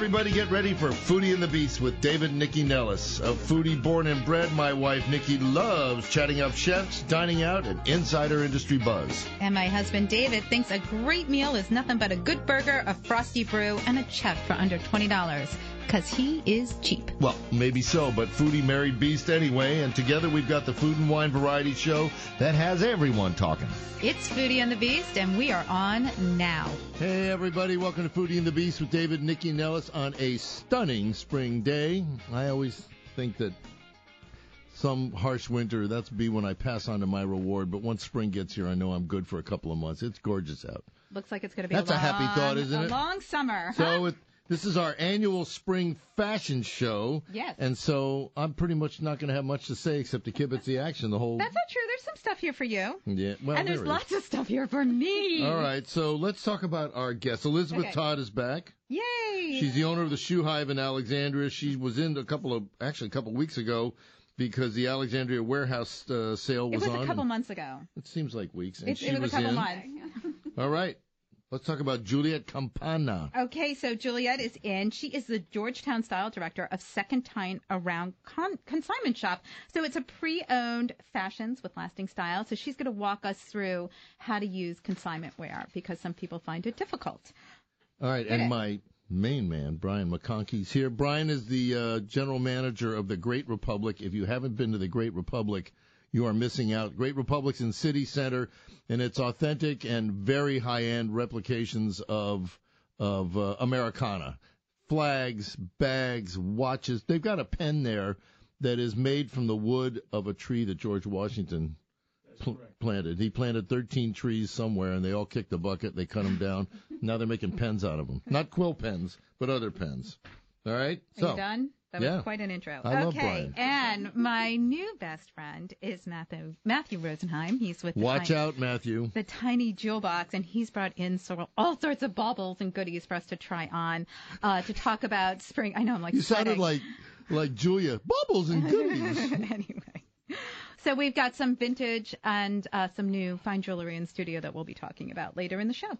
everybody get ready for Foodie and the Beast with David and Nikki Nellis. A foodie born and bred, my wife Nikki loves chatting up chefs, dining out, and insider industry buzz. And my husband David thinks a great meal is nothing but a good burger, a frosty brew, and a check for under $20. Because he is cheap. Well, maybe so, but Foodie married Beast anyway, and together we've got the Food and Wine Variety Show that has everyone talking. It's Foodie and the Beast, and we are on now. Hey, everybody, welcome to Foodie and the Beast with David and Nikki Nellis on a stunning spring day. I always think that some harsh winter, that's be when I pass on to my reward, but once spring gets here, I know I'm good for a couple of months. It's gorgeous out. Looks like it's going to be That's a a, long, happy thought, isn't a it? long summer. So it, this is our annual spring fashion show. Yes. And so I'm pretty much not going to have much to say except to kibitz the action the whole. That's not true. There's some stuff here for you. yeah. Well, and there's there is. lots of stuff here for me. All right, so let's talk about our guest. Elizabeth Okay. Todd is back. Yay. She's the owner of the Shoe Hive in Alexandria. She was in a couple of actually a couple of weeks ago because the Alexandria warehouse uh, sale it was, was on. a couple and- months ago. It seems like weeks, and It, she it was, a couple in. months. All right, let's talk about Juliet Campana. Okay, so Juliet is in. She is the Georgetown style director of Second Time Around Con- Consignment Shop. So it's a pre-owned fashions with lasting style. So she's going to walk us through how to use consignment wear because some people find it difficult. All right, Okay. and my main man, Brian McConkey's here. Brian is the uh, general manager of the Great Republic. If you haven't been to the Great Republic, you are missing out. Great Republic's in City Center, and it's authentic and very high end replications of of uh, Americana. Flags, bags, watches. They've got a pen there that is made from the wood of a tree that George Washington pl- planted. He planted 13 trees somewhere, and they all kicked the bucket. They cut them down. now they're making pens out of them. Not quill pens, but other pens. All right. Are so you done? That yeah. was quite an intro. I love okay, Brian. and my new best friend is Matthew Matthew Rosenheim. He's with the watch Time- out, Matthew. the tiny jewel box, and he's brought in sort of all sorts of baubles and goodies for us to try on uh, to talk about spring. I know I'm like You sounded sweating. like like Julia. Bubbles and goodies. anyway. So we've got some vintage and uh, some new fine jewelry in studio that we'll be talking about later in the show.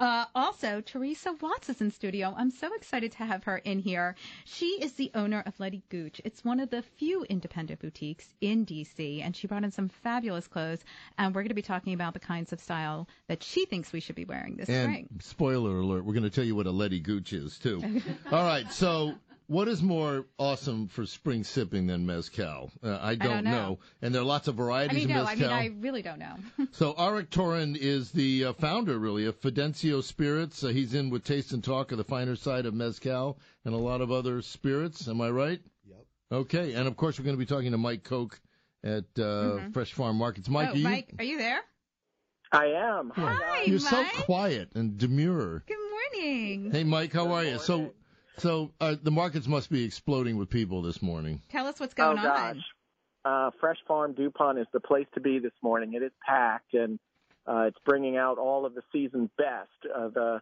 Uh, also, Teresa Watts is in studio. I'm so excited to have her in here. She is the owner of Letty Gooch. It's one of the few independent boutiques in DC, and she brought in some fabulous clothes. And we're going to be talking about the kinds of style that she thinks we should be wearing this and spring. spoiler alert, we're going to tell you what a Letty Gooch is too. All right. So. What is more awesome for spring sipping than mezcal? Uh, I, don't don't know. And there are lots of I varieties mean, of no, I mezcal. mean, I really don't know. So Arik Torin is the uh, founder, really, of Fidencio Spirits. Uh, he's in with Taste and Talk of the finer side of mezcal and a lot of other spirits. Am I right? Yep. Okay. And of course, we're going to be talking to Mike Koch at uh, Fresh Farm Markets. Mike, Mm-hmm. are oh, you, Mike, are you there? I am. Hi, Hi, you're Mike. so quiet and demure. Good morning. Hey, Mike, how are you? morning. So, so uh, the markets must be exploding with people this morning. Tell us what's Oh going gosh. on. Uh, Fresh Farm Dupont is the place to be this morning. It is packed and uh, it's bringing out all of the season best. Uh, the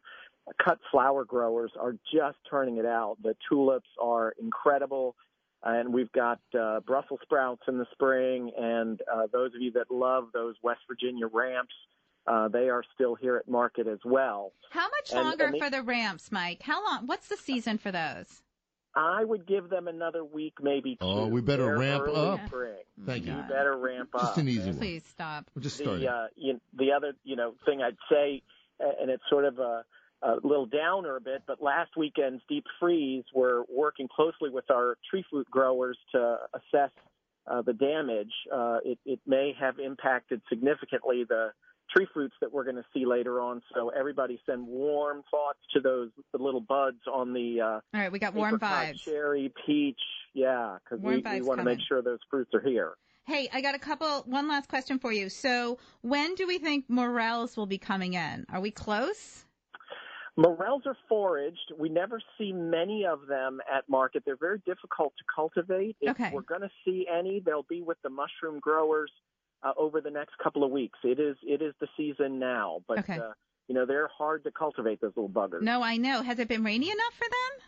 cut flower growers are just turning it out. The tulips are incredible. And we've got uh, Brussels sprouts in the spring. And uh, those of you that love those West Virginia ramps, uh, they are still here at market as well. How much And- longer and the- for the ramps, Mike? How long? What's the season for those? I would give them another week, maybe two. Oh, we better They're ramp early up. spring. Thank Yeah. You you. God. better ramp up. Just an easy one. Please stop. We're just the starting. uh, you, the other you know thing I'd say, a- and it's sort of a, a little downer a bit, but last weekend's deep freeze, we're working closely with our tree fruit growers to assess uh, the damage. Uh, it, it may have impacted significantly the tree fruits that we're going to see later on. So everybody send warm thoughts to those the little buds on the. Uh, All right, we got warm apricot, vibes. cherry, peach, yeah, because Warm we, we vibes want to make coming. sure those fruits are here. Hey, I got a couple. One last question for you. So, when do we think morels will be coming in? Are we close? Morels are foraged. We never see many of them at market. They're very difficult to cultivate. If Okay. we're going to see any, they'll be with the mushroom growers uh, over the next couple of weeks. It is it is the season now, but Okay. uh, you know they're hard to cultivate. Those little buggers. No, I know. Has it been rainy enough for them?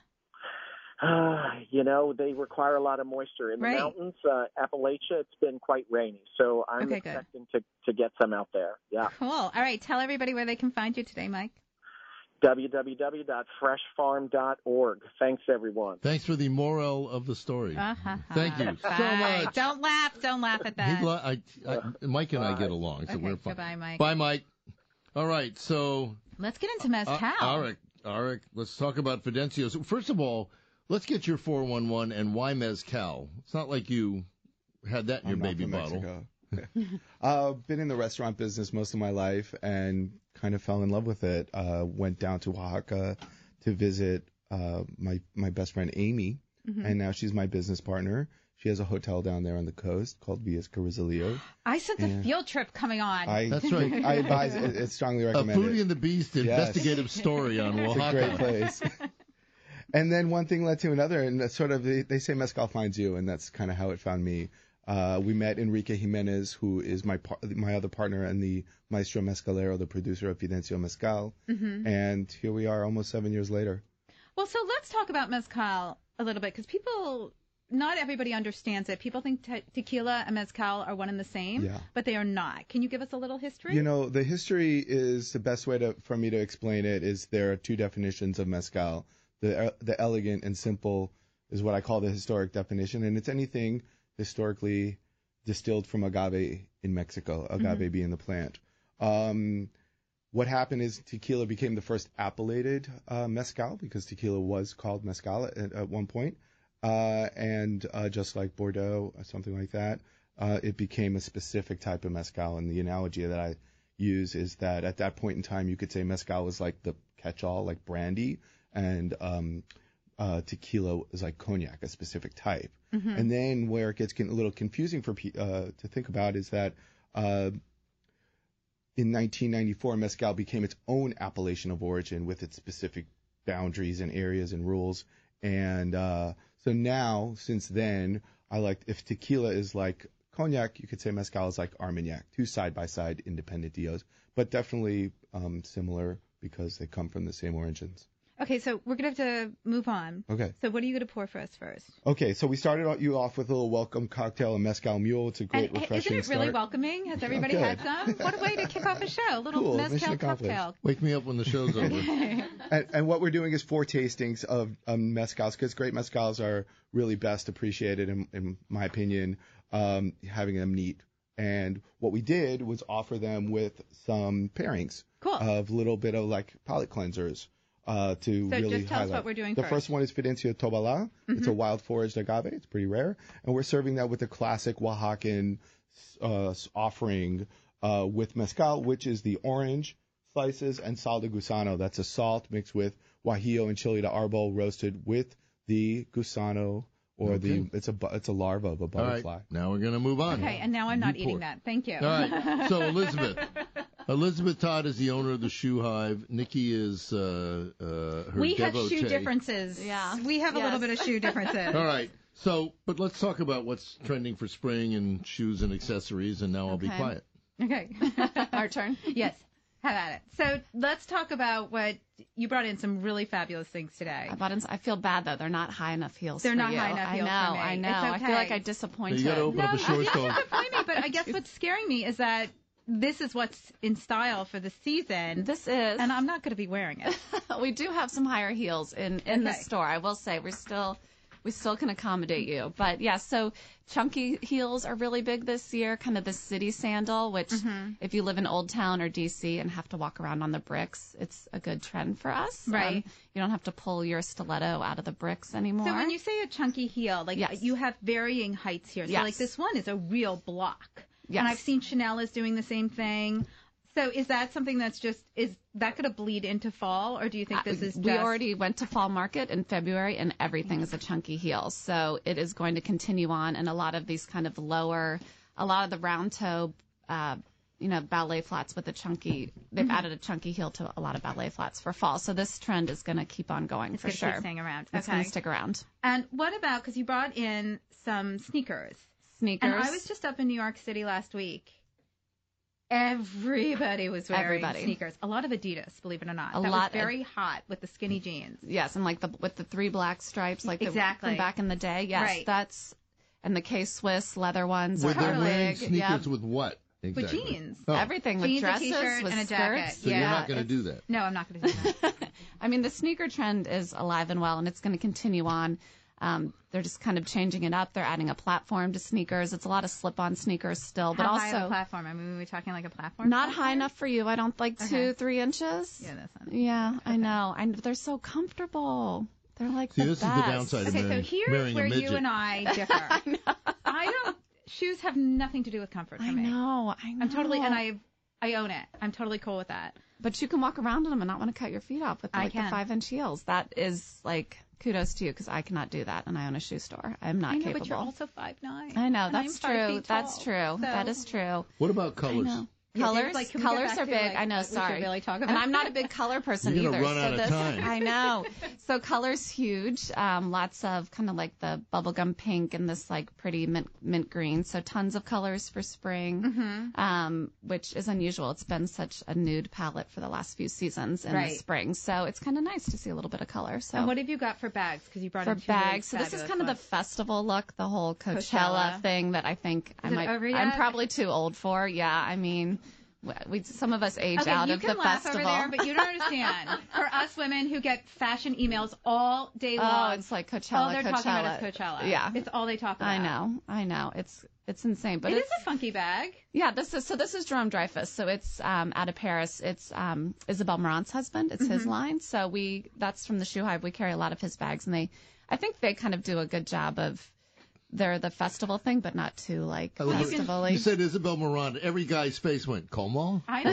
you know they require a lot of moisture in the Right. mountains. Uh, Appalachia, it's been quite rainy, so I'm Okay, good. expecting to to get some out there. Yeah. Cool. All right, tell everybody where they can find you today, Mike. www.freshfarm.org. Thanks, everyone. Thanks for the moral of the story. Uh-huh. Thank you so Bye. much. Don't laugh. Don't laugh at that. He lo- I, I, Uh, Mike and I get along, so Okay, we're fine. goodbye, Mike. Bye, Mike. All right, so Let's get into mezcal. Uh, Arik, Arik, let's talk about Fidencio. So first of all, let's get your 411 and why mezcal. It's not like you had that in your I'm not baby from bottle. Mexico. uh, been in the restaurant business most of my life and kind of fell in love with it. Uh, went down to Oaxaca to visit uh, my my best friend Amy, Mm-hmm. and now she's my business partner. She has a hotel down there on the coast called Villas Carrizalillo. I sense a Yeah. field trip coming on. I That's right. I advise it. It's strongly A recommended. Uh, Foodie and the Beast Yes. investigative story on It's a great Oaxaca. place. and then one thing led to another, and that's sort of they, they say mezcal finds you, and that's kind of how it found me. Uh, we met Enrique Jimenez, who is my par- my other partner and the maestro mezcalero, the producer of Fidencio Mezcal. Mm-hmm. And here we are, almost seven years later. Well, so let's talk about mezcal a little bit because people, not everybody understands it. People think te- tequila and mezcal are one and the same, Yeah. but they are not. Can you give us a little history? You know, the history is the best way to for me to explain it is there are two definitions of mezcal. The uh, the elegant and simple is what I call the historic definition, and it's anything historically distilled from agave in Mexico, agave being the plant. Um, what happened is tequila became the first appellated uh, mezcal because tequila was called mezcal at, at one point, uh, and uh, just like Bordeaux or something like that, uh, it became a specific type of mezcal. And the analogy that I use is that at that point in time, you could say mezcal was like the catch-all, like brandy, and um, uh, tequila is like cognac, a specific type. Mm-hmm. Hmm. And then where it gets getting a little confusing for pe- uh, to think about is that. Uh, in 1994, mezcal became its own appellation of origin with its specific boundaries and areas and rules. And uh, so now, since then, I like if tequila is like cognac, you could say mezcal is like armagnac, two side by side independent DOs, but definitely um, similar because they come from the same origins. Okay, so we're going to have to move on. Okay. So, what are you going to pour for us first? Okay, so we started out- you off with a little welcome cocktail and mezcal mule. It's a great and i- isn't refreshing it really start. welcoming? Has everybody Okay. had some? What a way to kick off a show! A little Cool, mezcal mission accomplished. cocktail. Wake me up when the show's over. and, and what we're doing is four tastings of um, mezcals because great mezcals are really best appreciated, in, in my opinion, um, having them neat. And what we did was offer them with some pairings Cool. of little bit of like palate cleansers uh, to So really just tell us highlight. what we're doing The first. first one is Fidencio Tobala. It's Mm-hmm. a wild foraged agave. It's pretty rare, and we're serving that with a classic Oaxacan uh, offering uh, with mezcal, which is the orange slices and sal de gusano. That's a salt mixed with guajillo and chili de arbol roasted with the gusano or the it's a bu- it's a larva of a All butterfly. right, now we're going to move on. Okay, and now I'm not You pour. eating that. Thank you. All right. So Elizabeth, Elizabeth Todd is the owner of the Shoe Hive. Nikki is uh, uh, her we have devotee. shoe differences. Yeah. We have a Yes. little bit of shoe differences. All right. So, but let's talk about what's trending for spring and shoes and accessories. And now I'll be Okay. quiet. Okay. Our turn. Yes. Have at it. So let's talk about what you brought in some really fabulous things today. I bought ins- I feel bad though. They're not high enough heels. They're for not you. high enough I heels for know. me. I know. It's I feel like okay. I So disappointed. you got to open up a No, short store. Disappoint me, but I guess what's scaring me is that this is what's in style for the season, This is. and I'm not going to be wearing it. we do have some higher heels in in the Okay. store. I will say we're still we still can accommodate you, but yeah. So chunky heels are really big this year. Kind of the city sandal, which Mm-hmm. if you live in Old Town or DC and have to walk around on the bricks, it's a good trend for us. Um, Right. you don't have to pull your stiletto out of the bricks anymore. So when you say a chunky heel, like Yes. you have varying heights here. So Yes. like this one is a real block. Yes. And I've seen Chanel is doing the same thing. So is that something that's just is that going to bleed into fall or do you think this is just Uh, we already went to fall market in February and everything is a chunky heel. So it is going to continue on and a lot of these kind of lower a lot of the round toe uh you know, ballet flats with a chunky. They've Mm-hmm. added a chunky heel to a lot of ballet flats for fall. So this trend is going to keep on going for gonna keep sure. staying around. It's going Okay. to stick around. And what about because you brought in some sneakers. Sneakers. And I was just up in New York City last week. Everybody was wearing Everybody. sneakers. A lot of Adidas, believe it or not. A that lot was of- very hot with the skinny jeans. yes, and like the with the three black stripes, like the, Exactly. from back in the day. Yes, Right. that's and the K Swiss leather ones. Were are they wearing big. sneakers Yep. with what? Exactly. with jeans. Oh, Everything with Jeans, a dresses, t-shirt, with and a skirts. jacket. so you're yeah, not going to do that. No, I'm not going to do that. I mean, the sneaker trend is alive and well, and it's going to continue on. Um, they're just kind of changing it up. They're adding a platform to sneakers. It's a lot of slip-on sneakers still, but How high of a also platform? I mean, we're talking like a platform. not platform? high enough for you. I don't like Okay. two, three inches. Yeah, that's not. Yeah, I know. I they're so comfortable. They're like See, the this is the best. downside of Okay, so marrying- here's marrying where a you midget. and I differ. I, don't. Shoes have nothing to do with comfort for I me. know. I know. I'm totally, and I, I own it. I'm totally cool with that. But you can walk around in them and not want to cut your feet off with I like the can. five inch heels. That is like kudos to you because I cannot do that, and I own a shoe store. I'm not I know, capable. but you're also five nine. I know that's true. That's true. So, That is true. What about I colors? know. Yeah, it's Colors, like, can we go colors back are to, big. like, I know. what we should Sorry, really talk about? and I'm not a big color person You're gonna either. run so out of this- time. I know. So colors huge. Um, lots of kind of like the bubblegum pink and this like pretty mint mint green. So tons of colors for spring, Mm-hmm. um, which is unusual. It's been such a nude palette for the last few seasons in the Right. spring. So it's kind of nice to see a little bit of color. So And what have you got for bags? Because you brought for in two really bags. So this is fabulous kind of the ones. festival look, the whole Coachella, Coachella. thing that I think I Is it might. over I'm yet? probably too old for. Yeah, I mean, w- we some of us age Okay, out you of can the laugh festival. over there, but you don't understand. For us women who get fashion emails all day long, oh, it's like Coachella. all they're Coachella. talking about is Coachella. Yeah, it's all they talk about. I know, I know. It's it's insane, but It is it's a funky bag. yeah. This is so. This is Jerome Dreyfus. So it's um, out of Paris. It's um, Isabel Marant's husband. It's his line. So we that's from the Shoe Hive. We carry a lot of his bags, and they, I think they kind of do a good job of. They're the festival thing, but not too like I love it. festival-y. Oh, You said Isabel Morant. Every guy's face went, Como? I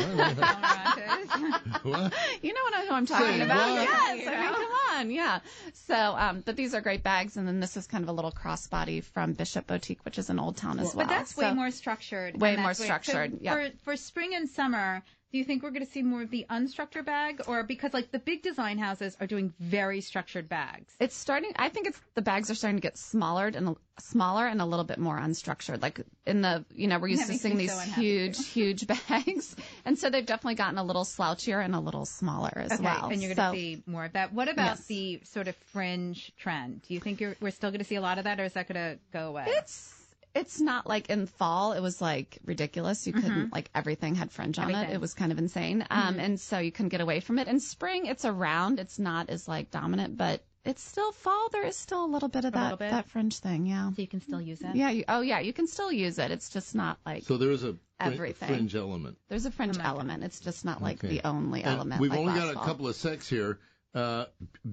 know. What? You know what I- who I'm talking Say about? what? Yes. You I mean, know? come on. Yeah. So, um, but these are great bags, and then this is kind of a little crossbody from Bishop Boutique, which is an old town as well. But that's way So- more structured. Way and more that's structured, So yeah. For for spring and summer, do you think we're going to see more of the unstructured bag, or because like the big design houses are doing very structured bags? It's starting. I think it's the bags are starting to get smaller and smaller and a little bit more unstructured. Like in the, you know, we're used That to makes seeing me these so unhappy, huge, huge bags, and so they've definitely gotten a little slouchier and a little smaller as Okay, well. and you're going So- to see more of that. What about Yes. the sort of fringe trend? Do you think you're, we're still going to see a lot of that, or is that going to go away? It's it's not like in fall it was like ridiculous. You couldn't like everything had fringe on it. Mm-hmm. Everything. Mm-hmm. It was kind of insane. Um, and so you couldn't get away from it. In spring it's around. It's not as like dominant, but it's still fall. There is still a little bit of A that little bit? that fringe thing. Yeah. so you can still use it. Yeah. You, oh yeah. You can still use it. It's just not like So there is a fri- Everything. fringe element. there's a fringe element. It's just not like the only And element. we've like only last got a fall. couple of sex here. Uh,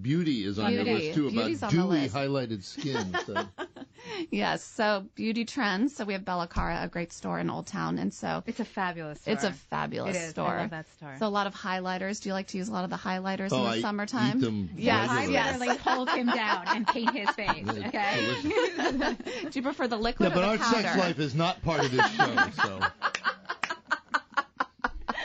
beauty is on your Beauty. list too Beauty's about on the dewy list. highlighted skin. So. Yes. So beauty trends. So we have Bellacara, a great store in Old Town, and so. It's a fabulous. Store. It's a fabulous It is. I store. love that store. So a lot of highlighters. Do you like to use a lot of the highlighters Oh, in the I summertime? eat them Yes, I regularly. yes. literally hold him down and paint his face. They're Okay. delicious. Do you prefer the liquid Yeah, but or our the powder? sex life is not part of this show. So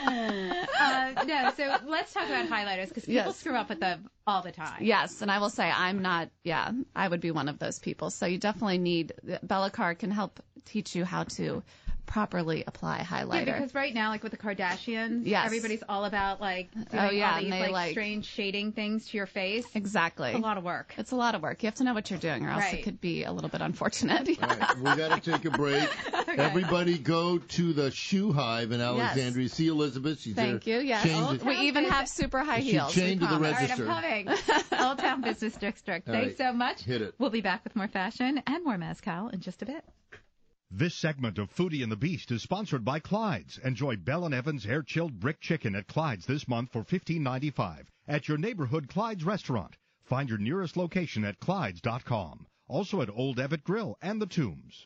Uh, no, so let's talk about highlighters because people Yes. screw up with them all the time. Yes, and I will say I'm not. Yeah, I would be one of those people. So you definitely need Bellacar can help teach you how to properly apply Yeah, highlighter. because right now, like with the Kardashians, Yes. everybody's all about like doing Oh, yeah, all these and they, like, like- strange shading things to your face. exactly. It's a lot of work. It's a lot of work. You have to know what you're doing, or else Right. it could be a little bit unfortunate. all right, we got to take a break. Everybody, go to the Shoe Hive in Alexandria. See Elizabeth. She's Thank there. you. Yes, Oh, Changed- we even have super high She heels. we chained to the promise. all right, I'm register. coming. Old Town Business District. All Thanks right. so much. Hit it. We'll be back with more fashion and more mezcal in just a bit. This segment of Foodie and the Beast is sponsored by Clyde's. Enjoy Bell and Evans air chilled brick chicken at Clyde's this month for $15.95 at your neighborhood Clyde's restaurant. Find your nearest location at Clyde's.com. Also at Old Evatt Grill and the Tombs.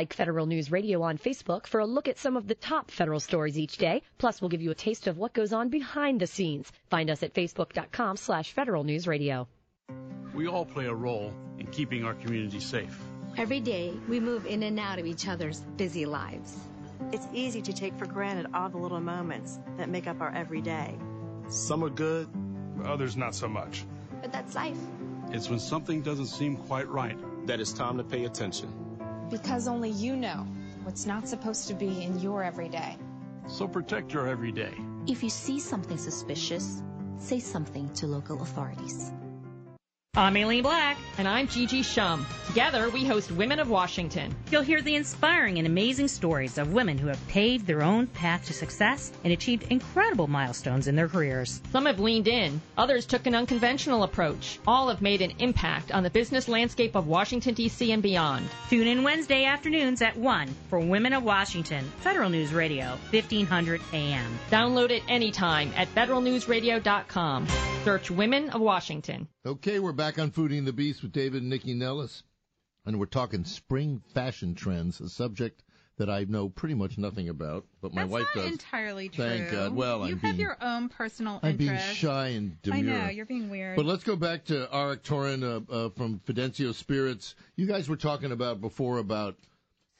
Federal News Radio on Facebook for a look at some of the top federal stories each day. Plus, we'll give you a taste of what goes on behind the scenes. Find us at facebook.com slash Federal News Radio. We all play a role in keeping our community safe. Every day, we move in and out of each other's busy lives. It's easy to take for granted all the little moments that make up our everyday. Some are good, others not so much. But that's life. It's when something doesn't seem quite right that it's time to pay attention. Because only you know what's not supposed to be in your everyday. So protect your everyday. If you see something suspicious, say something to local authorities. I'm Aileen Black. And I'm Gigi Shum. Together, we host Women of Washington. You'll hear the inspiring and amazing stories of women who have paved their own path to success and achieved incredible milestones in their careers. Some have leaned in, others took an unconventional approach. All have made an impact on the business landscape of Washington, D.C. and beyond. Tune in Wednesday afternoons at 1 for Women of Washington, Federal News Radio, 1500 AM. Download it anytime at federalnewsradio.com. Search Women of Washington. Okay, we're back on Foodie and the Beast with David and Nikki Nellis, and we're talking spring fashion trends, a subject that I know pretty much nothing about, but my That's wife not does. entirely true. Thank God. Well, you I'm have being, your own personal I'm being interest. shy and I demure. know you're being weird. But let's go back to Arik Torin uh, uh, from Fidencio Spirits. You guys were talking about before about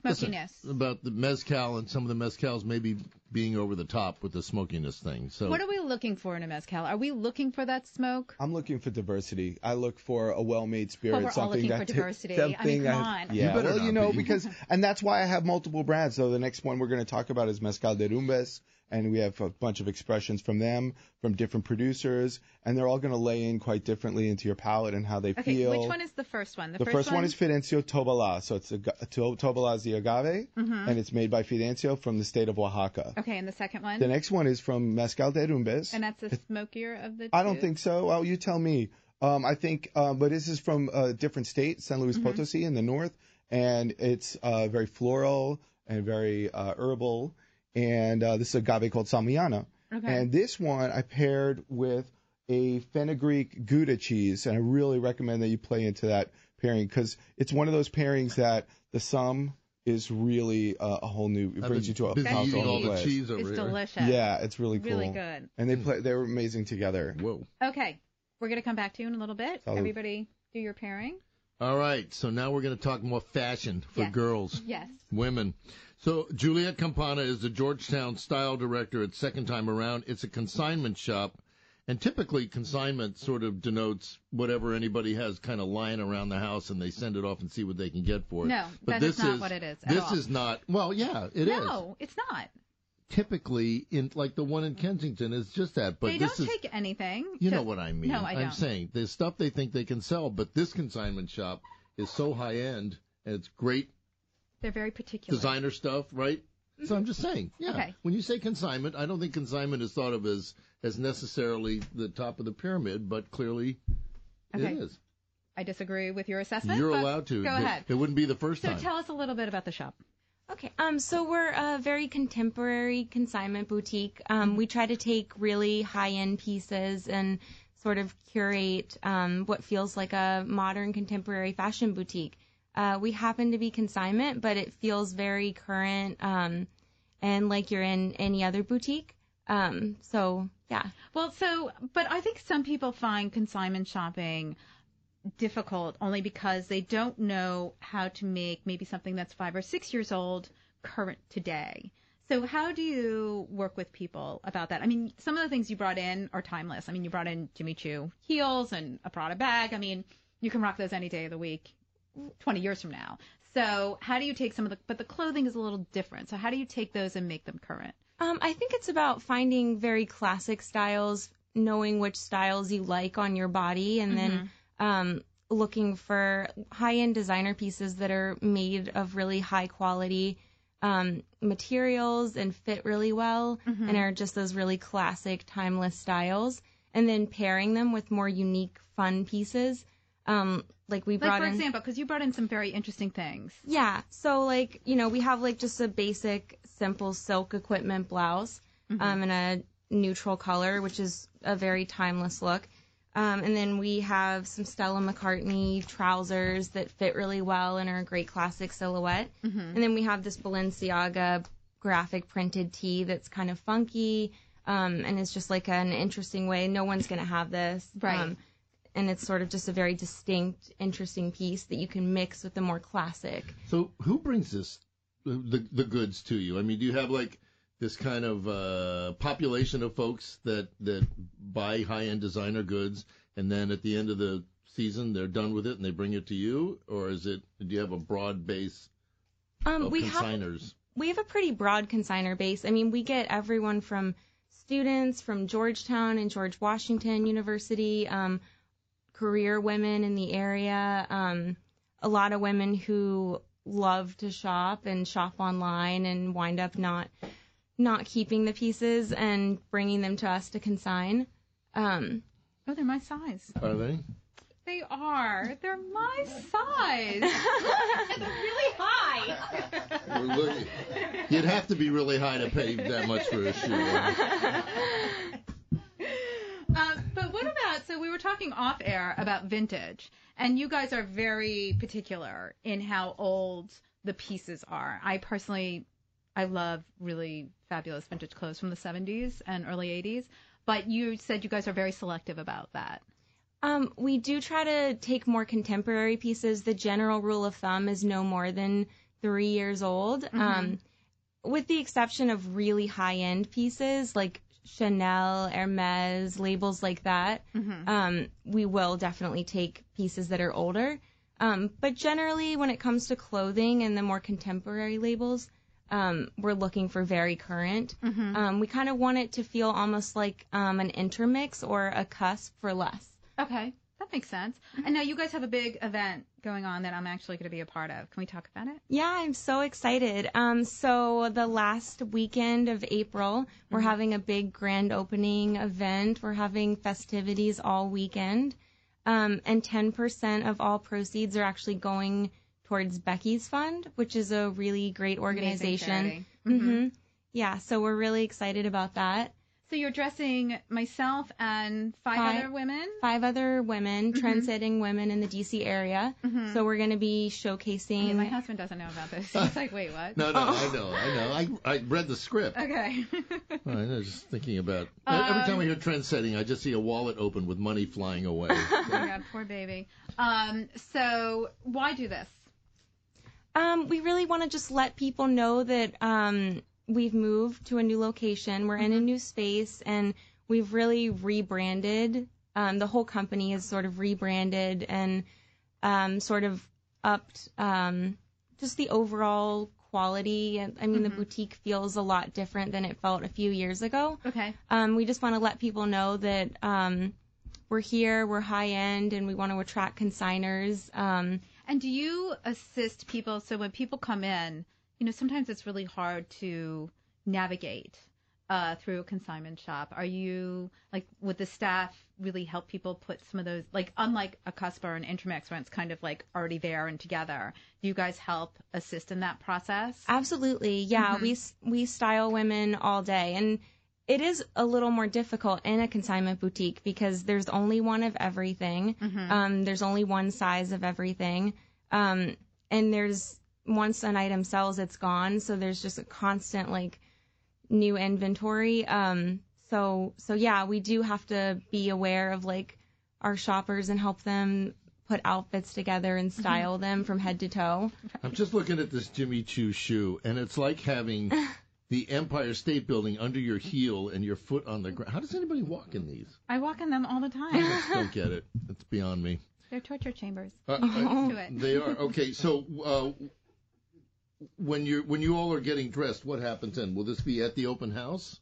listen, Smokiness. about the mezcal and some of the mezcals maybe being over the top with the smokiness thing. So what are we looking for in a mezcal? Are we looking for that smoke? I'm looking for diversity. I look for a well-made spirit, we're all something looking that for diversity. I mean, something that, come on. yeah. You better well, not you know, be. because and that's why I have multiple brands. So the next one we're going to talk about is mezcal de rumbes, and we have a bunch of expressions from them, from different producers, and they're all going to lay in quite differently into your palate and how they Okay, feel. which one is the first one? The, first, one is Fidencio Tobala. So it's a ga- to- Tobala is the agave, Mhm. and it's made by Fidencio from the state of Oaxaca. Okay, and the second one. The next one is from Mezcal de Rumbes. And that's the smokier of the. I don't two? think so. Well, you tell me. Um, I think, um, but this is from a different state, San Luis Mhm. Potosi in the north, and it's uh, very floral and very uh, herbal. And uh, this is agave called Samiana. Okay. And this one I paired with a fenugreek Gouda cheese, and I really recommend that you play into that pairing because it's one of those pairings that the sum is really uh, a whole new. It I've been brings you to a busy whole eating all new the place. cheese over It's here. delicious. Yeah, it's really cool. Really good. And they play. They were amazing together. Hmm. Whoa. Okay, we're gonna come back to you in a little bit. Salud. Everybody, do your pairing. All right, so now we're going to talk more fashion for Yes. girls. Yes. Women. So Juliet Campana is the Georgetown style director at Second Time Around. It's a consignment shop, and typically consignment sort of denotes whatever anybody has kind of lying around the house and they send it off and see what they can get for it. No, but that is this not what it is at this all. is not. Well, yeah, it is. no, it's not. Typically, in like the one in Kensington is just that, but they this don't is take anything. you know Just- what I mean. No, I don't. I'm saying the stuff they think they can sell, but this consignment shop is so high end and it's great They're very particular. designer stuff, right? So I'm just saying, yeah. Okay. When you say consignment, I don't think consignment is thought of as as necessarily the top of the pyramid, but clearly Okay. it is. I disagree with your assessment. You're but allowed to. Go It- ahead. It wouldn't be the first So time. tell us a little bit about the shop. Okay, um, so we're a very contemporary consignment boutique. Um, we try to take really high end pieces and sort of curate um, what feels like a modern contemporary fashion boutique. Uh, we happen to be consignment, but it feels very current um, and like you're in any other boutique. Um, so, yeah. Well, so, but I think some people find consignment shopping difficult only because they don't know how to make maybe something that's five or six years old current today. So, how do you work with people about that? I mean, some of the things you brought in are timeless. I mean, you brought in Jimmy Choo heels and a Prada bag. I mean, you can rock those any day of the week 20 years from now. So, how do you take some of the, but the clothing is a little different. So, how do you take those and make them current? Um, I think it's about finding very classic styles, knowing which styles you like on your body, and then Mm-hmm. um, looking for high end designer pieces that are made of really high quality um, materials and fit really well Mm-hmm. Mhm. and are just those really classic, timeless styles. And then pairing them with more unique, fun pieces. Um, like we Like, brought for in. example, because you brought in some very interesting things. Yeah. So like, you know, we have like just a basic simple silk equipment blouse Mhm. um in a neutral color, which is a very timeless look. Um, and then we have some Stella McCartney trousers that fit really well and are a great classic silhouette. Mm-hmm. Mhm. And then we have this Balenciaga graphic printed tee that's kind of funky um, and is just like an interesting way. No one's going to have this. Right. Um, and it's sort of just a very distinct, interesting piece that you can mix with the more classic. So who brings this the the goods to you? I mean, do you have like this kind of uh, population of folks that that buy high end designer goods, and then at the end of the season they're done with it and they bring it to you, or is it do you have a broad base Um, of we have- consigners? we have a pretty broad consigner base. I mean, we get everyone from students from Georgetown and George Washington University, um, career women in the area, um, a lot of women who love to shop and shop online and wind up not not keeping the pieces and bringing them to us to consign. Um, oh, they're my size. Are they? They are. They're my size. it's really high. We're looking- You'd have to be really high to pay that much for a shoe. Um, but what about? So we were talking off air about vintage, and you guys are very particular in how old the pieces are. I personally, I love really fabulous vintage clothes from the 70s and early 80s. But you said you guys are very selective about that. Um, we do try to take more contemporary pieces. The general rule of thumb is no more than three years old, um, with the exception of really high end pieces like Chanel, Hermes, labels like that. Um, we will definitely take pieces that are older. Um, but generally, when it comes to clothing and the more contemporary labels, um, we're looking for very current. Mhm. Um, we kind of want it to feel almost like um, an intermix or a cusp for less. Okay, that makes sense. Mm-hmm. And now you guys have a big event going on that I'm actually going to be a part of. Can we talk about it? Yeah, I'm so excited. Um, so the last weekend of April, we're Mhm. having a big grand opening event. We're having festivities all weekend. Um, and 10% of all proceeds are actually going towards Becky's Fund, which is a really great organization. charity. Mhm. hmm Yeah, so we're really excited about that. So you're dressing myself and five, Five- other women. Five other women, Mhm. trendsetting women in the DC area. Mhm. So we're going to be I mean, showcasing. Oh, my husband doesn't know about this. He's like, wait, what? No, no, Oh. I know, I know. I I read the script. Okay. I was just thinking about e-, every time I hear trend setting, I just see a wallet open with money flying away. oh my god, poor baby. Um, so why do this? Um, we really want to just let people know that um, we've moved to a new location. We're in a new space, and we've really rebranded. Um, the whole company is sort of rebranded and um, sort of upped um, just the overall quality. And I mean, the boutique feels a lot different than it felt a few years ago. Okay. Um, we just want to let people know that um, we're here, we're high end, and we want to attract consigners. Um, And do you assist people? So when people come in, you know, sometimes it's really hard to navigate uh, through a consignment shop. Are you like, would the staff really help people put some of those, like, unlike a cusp or an intermix where it's kind of like already there and together? Do you guys help assist in that process? Absolutely, yeah. Mhm. We s We style women all day, and it is a little more difficult in a consignment boutique because there's only one of everything. Mhm. Um, there's only one size of everything, um, and there's once an item sells, it's gone. So there's just a constant like new inventory. Um, so so yeah, we do have to be aware of like our shoppers and help them put outfits together and style them from head to toe. I'm just looking at this Jimmy Choo shoe, and it's like having the Empire State Building under your heel and your foot on the ground. How does anybody walk in these? I walk in them all the I just time. don't get it. It's beyond me. They're torture chambers. Uh, Used uh, to it. they are okay. So uh, when you when you all are getting dressed, what happens then? Will this be at the open house?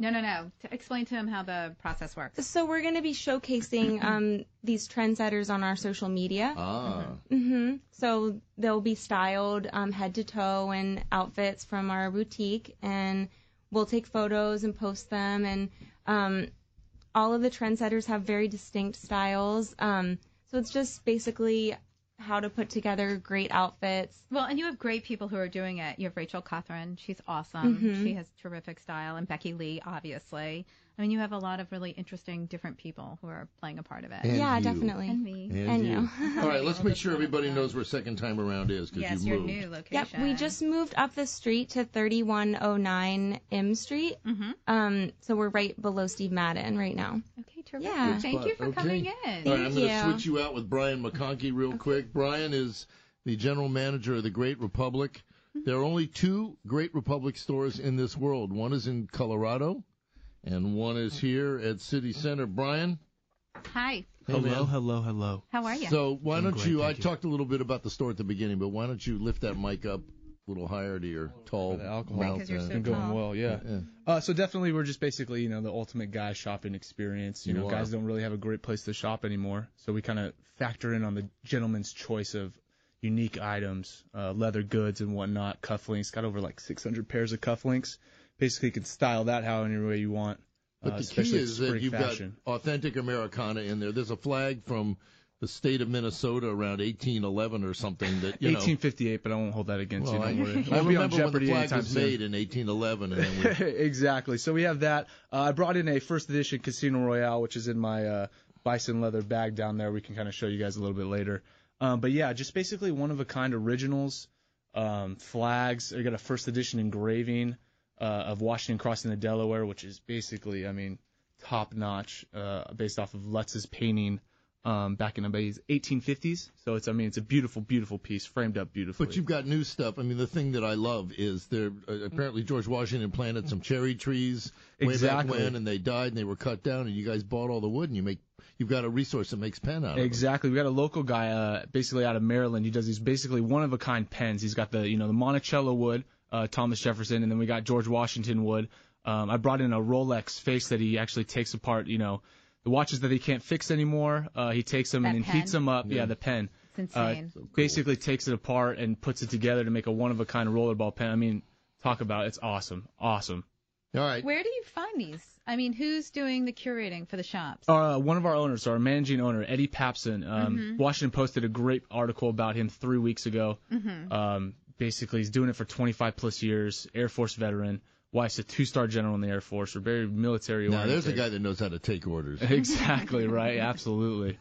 No, no, no. To explain to him how the process works. So we're going to be showcasing um, these trendsetters on our social media. Ah, Mm-hmm. hmm So they'll be styled um, head to toe in outfits from our boutique, and we'll take photos and post them. And um, all of the trendsetters have very distinct styles. Um, so it's just basically how to put together great outfits. Well, and you have great people who are doing it. You have Rachel Cawthorn. She's awesome. Mhm. She has terrific style. And Becky Lee, obviously. I mean, you have a lot of really interesting, different people who are playing a part of it. And Yeah, you. definitely. And me. All right, let's make sure everybody knows where second time around is because Yes, you your moved. new Yep, location. we just moved up the street to 3109 M Street. Mm-hmm. Um, so we're right below Steve Madden right now. Okay, terrific. Yeah. Good Thank spot. you for Okay. coming in. All right, I'm going to you. switch you out with Brian McConkie real quick. Brian is the general manager of the Great Republic. Mm-hmm. There are only two great Republic stores in this world. One is in Colorado, and one is here at City Center. Brian, Hi. man. Hello, hello, hello. How are you? So why I'm don't great, you? I thank you. talked a little bit about the store at the beginning, but why don't you lift that mic up a little higher to your tall alcohol. mouth? has there? been going well, yeah. Uh, so definitely, we're just basically, you know, the ultimate guy shopping experience. You, You know, are. guys don't really have a great place to shop anymore, so we kind of factor in on the gentleman's choice of unique items, uh, leather goods and whatnot, cufflinks. Got over like 600 pairs of cufflinks. Basically, you can style that how any way you want. But uh, the key especially is that spring you've fashion. got authentic Americana in there. There's a flag from the state of Minnesota around 1811 or something that you know. 1858, but I won't hold that against Well, I, you. Don't worry. It I won't be on remember when the Jeopardy flag anytime was soon. made in 1811, and then we exactly. So we have that. Uh, I brought in a first edition Casino Royale, which is in my uh, bison leather bag down there. We can kind of show you guys a little bit later. Um, but yeah, just basically one of a kind originals, um, flags. I got a first edition engraving uh, of Washington crossing the Delaware, which is basically, I mean, top notch, uh, based off of Lutz's painting. Um, back in the 1850s, so it's I mean it's a beautiful, beautiful piece, framed up beautifully. But you've got new stuff. I mean, the thing that I love is there. Uh, apparently, George Washington planted some cherry trees way Exactly. back when, and they died and they were cut down. And you guys bought all the wood, and you make you've got a resource that makes pen out of it. Exactly. We got a local guy, uh, basically out of Maryland. He does these basically one of a kind pens. He's got the you know the Monticello wood, uh, Thomas Jefferson, and then we got George Washington wood. Um, I brought in a Rolex face that he actually takes apart. You know, the watches that he can't fix anymore. Uh, he takes them That and then pen? heats them up. Yeah, Yeah. the pen. It's insane. Uh, Basically takes it apart and puts it together to make a one of a kind rollerball pen. I mean, talk about it. it's awesome, awesome. All right. Where do you find these? I mean, who's doing the curating for the shops? Uh, one of our owners, our managing owner, Eddie Papson. Um, Mhm. Washington posted a great article about him three weeks ago. Mm-hmm. Mhm. Um, basically, he's doing it for 25 plus years. Air Force veteran. Wife's a two-star general in the Air Force. We're very military. Now, there's a oriented. guy that knows how to take orders. Exactly right. Absolutely.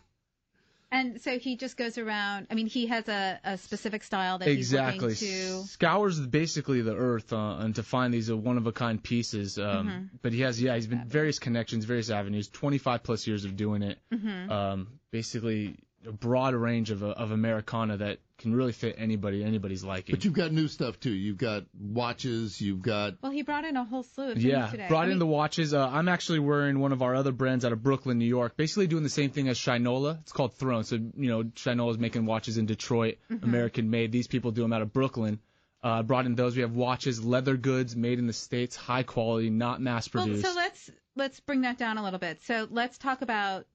And so he just goes around. I mean, he has a, a specific style that exactly. he's looking to. Scours basically the earth uh, and to find these uh, one-of-a-kind pieces. Um, Mm-hmm. Mhm. But he has, yeah, he's been various connections, various avenues. 25 plus years of doing it. Mhm. uh, um, basically a broad range of, uh, of Americana that can really fit anybody, anybody's liking. But you've got new stuff too. You've got watches. You've got well, he brought in a whole slew of things yeah, today. brought I in mean, the watches. Uh, I'm actually wearing one of our other brands out of Brooklyn, New York. Basically doing the same thing as Shinola. It's called Throne. So you know, Shinola's making watches in Detroit, Mhm. American made. These people do them out of Brooklyn. Uh, brought in those. We have watches, leather goods made in the states, high quality, not mass well, produced. Oh, so let's let's bring that down a little bit. So let's talk about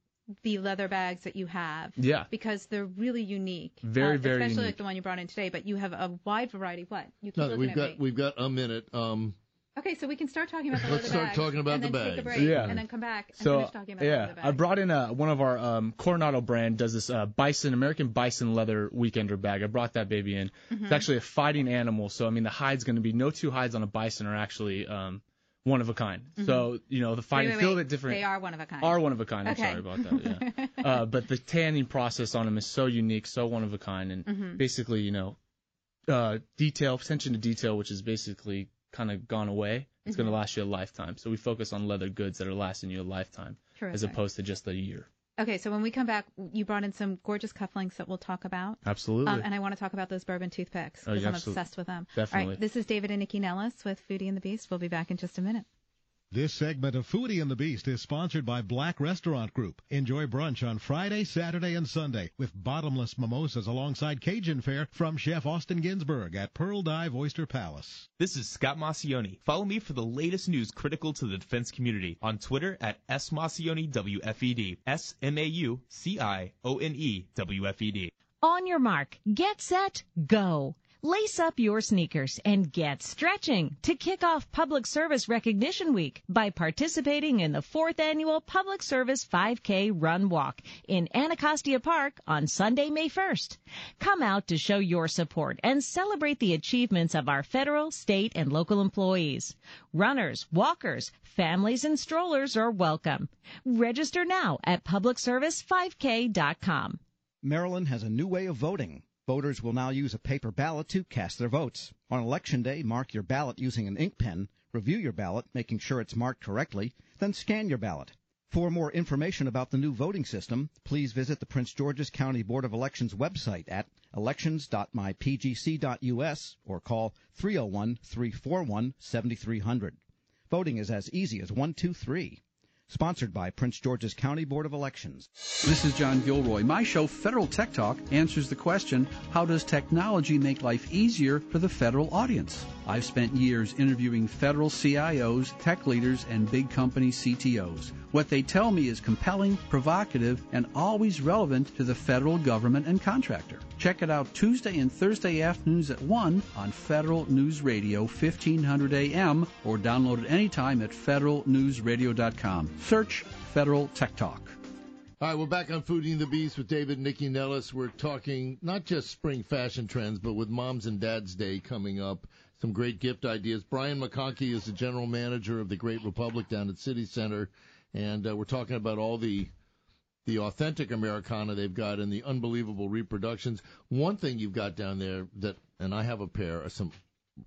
the leather bags that you have. Yeah. Because they're really unique. Uh, Very, very Especially unique. like the one you brought in today, but you have a wide variety. What you keep no, looking we've at got me. we've got a minute. Um, Okay, so we can start talking about the Let's leather start bags talking about and the then Take a bags. break Yeah. And then come back and so finish talking about the yeah, leather bags. I brought in uh, one of our um, Coronado brand does this uh, bison American bison leather weekender bag. I brought that baby in. Mhm. It's actually a fighting animal, so I mean the hide's going to be no two hides on a bison are actually um, one of a kind. So you know the Mm-hmm. Wait, fighting wait, feel a wait. bit different. They are one of a kind. Are one of a kind. I'm Okay. sorry about that. Yeah. uh, but the tanning process on them is so unique, so one of a kind, and Mhm. basically you know uh, detail, attention to detail, which is basically kind of gone away. It's going Mhm. to last you a lifetime. So we focus on leather goods that are lasting you a lifetime, as Terrific. opposed to just a year. Okay, so when we come back, you brought in some gorgeous cufflinks that we'll talk about. Absolutely. Um, and I want to talk about those bourbon toothpicks Oh, because yeah, I'm absolutely. obsessed with them. All Definitely. right, this is David and Nikki Nellis with Foodie and the Beast. We'll be back in just a minute. This segment of Foodie and the Beast is sponsored by Black Restaurant Group. Enjoy brunch on Friday, Saturday, and Sunday with bottomless mimosas alongside Cajun fare from Chef Austin Ginsburg at Pearl Dive Oyster Palace. This is Scott Massioni. Follow me for the latest news critical to the defense community on Twitter at smassioni.wfed. E S M A U C I O N E W F E D. On your mark, get set, go. Lace up your sneakers and get stretching to kick off Public Service Recognition Week by participating in the fourth annual Public Service 5K Run Walk in Anacostia Park on Sunday, May 1st. Come out to show your support and celebrate the achievements of our federal, state, and local employees. Runners, walkers, families, and strollers are welcome. Register now at publicservice5k.com. Maryland has a new way of voting. Voters will now use a paper ballot to cast their votes. On election day, mark your ballot using an ink pen, review your ballot, making sure it's marked correctly, then scan your ballot. For more information about the new voting system, please visit the Prince George's County Board of Elections website at elections.mypgc.us or call 301 341 7300. Voting is as easy as one, two, three. Sponsored by Prince George's County Board of Elections. This is John Gilroy. My show, Federal Tech Talk, answers the question how does technology make life easier for the federal audience? I've spent years interviewing federal CIOs, tech leaders, and big company CTOs. What they tell me is compelling, provocative, and always relevant to the federal government and contractor. Check it out Tuesday and Thursday afternoons at 1 on Federal News Radio 1500 AM or download it anytime at federalnewsradio.com. Search Federal Tech Talk. All right, we're back on Fooding the Beast with David and Nikki Nellis. We're talking not just spring fashion trends, but with Moms and Dads Day coming up, some great gift ideas. Brian McConkie is the general manager of the Great Republic down at City Center, and uh, we're talking about all the the authentic Americana they've got and the unbelievable reproductions. One thing you've got down there that, and I have a pair, are some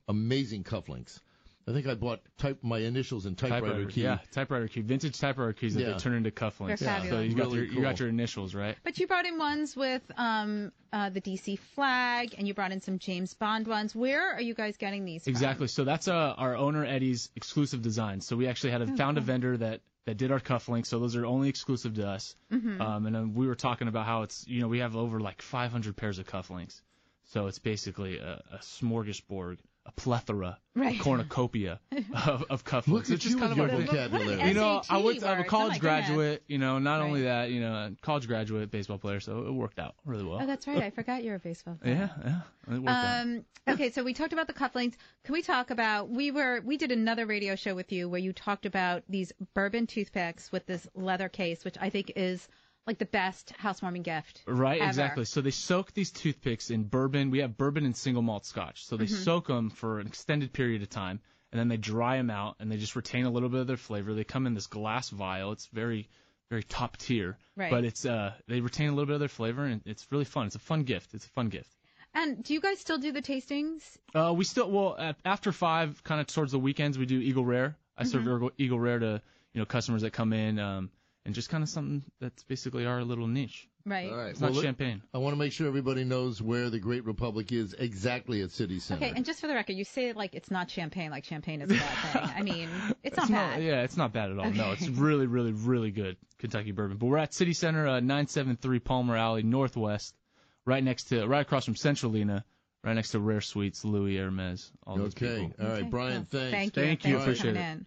amazing cufflinks. I think I bought type my initials and typewriter, typewriter key. Yeah, typewriter key. Vintage typewriter keys that Yeah. they turn into cufflinks. They're So fabulous. you got Really your you got cool. your initials right. But you brought in ones with um, uh, the DC flag, and you brought in some James Bond ones. Where are you guys getting these? from? Exactly. So that's uh, our owner Eddie's exclusive design. So we actually had a, Oh, found a cool. vendor that that did our cufflinks. So those are only exclusive to us. Mhm. Um, and then we were talking about how it's you know we have over like 500 pairs of cufflinks. So it's basically a, a smorgasbord, a plethora, Right. a cornucopia of, of cufflinks. Look it's at you just kind with of your our thing. vocabulary. You know, I SAT was I'm a words. Oh my college goodness. graduate. You know, not only that, you know, a college graduate baseball player. So it worked out really well. Uh, Oh, that's right. I forgot you're a baseball player. Yeah, yeah. It worked out. Um, okay, so we talked about the cufflinks. Can we talk about we were we did another radio show with you where you talked about these bourbon toothpicks with this leather case, which I think is like the best housewarming gift. Right, ever. exactly. So they soak these toothpicks in bourbon. We have bourbon and single malt scotch. So they Mhm. soak 'em soak them for an extended period of time, and then they dry them out, and they just retain a little bit of their flavor. They come in this glass vial. It's very, very top tier. Right. But it's uh, they retain a little bit of their flavor, and it's really fun. It's a fun gift. It's a fun gift. And do you guys still do the tastings? Uh, we still well at, after five, kind of towards the weekends, we do Eagle Rare. I serve Mhm. Eagle, Eagle Rare to you know customers that come in, um, and just kind of something that's basically our little niche. Right. All right, It's not well, let- champagne. I want to make sure everybody knows where the Great Republic is exactly at City Center. Okay, and just for the record, you say it like it's not champagne, like champagne is a bad thing. I mean, it's not bad. yeah, it's not bad at all. No, it's Okay. really, really, really good Kentucky bourbon. But we're at City Center, uh, 973 Palmer Alley Northwest, right next to, right across from Centralina, right next to Rare Sweets, Louis Hermes, all those Okay. people. All right, Brian, thanks. Thank you. Thank you. All right. for coming in.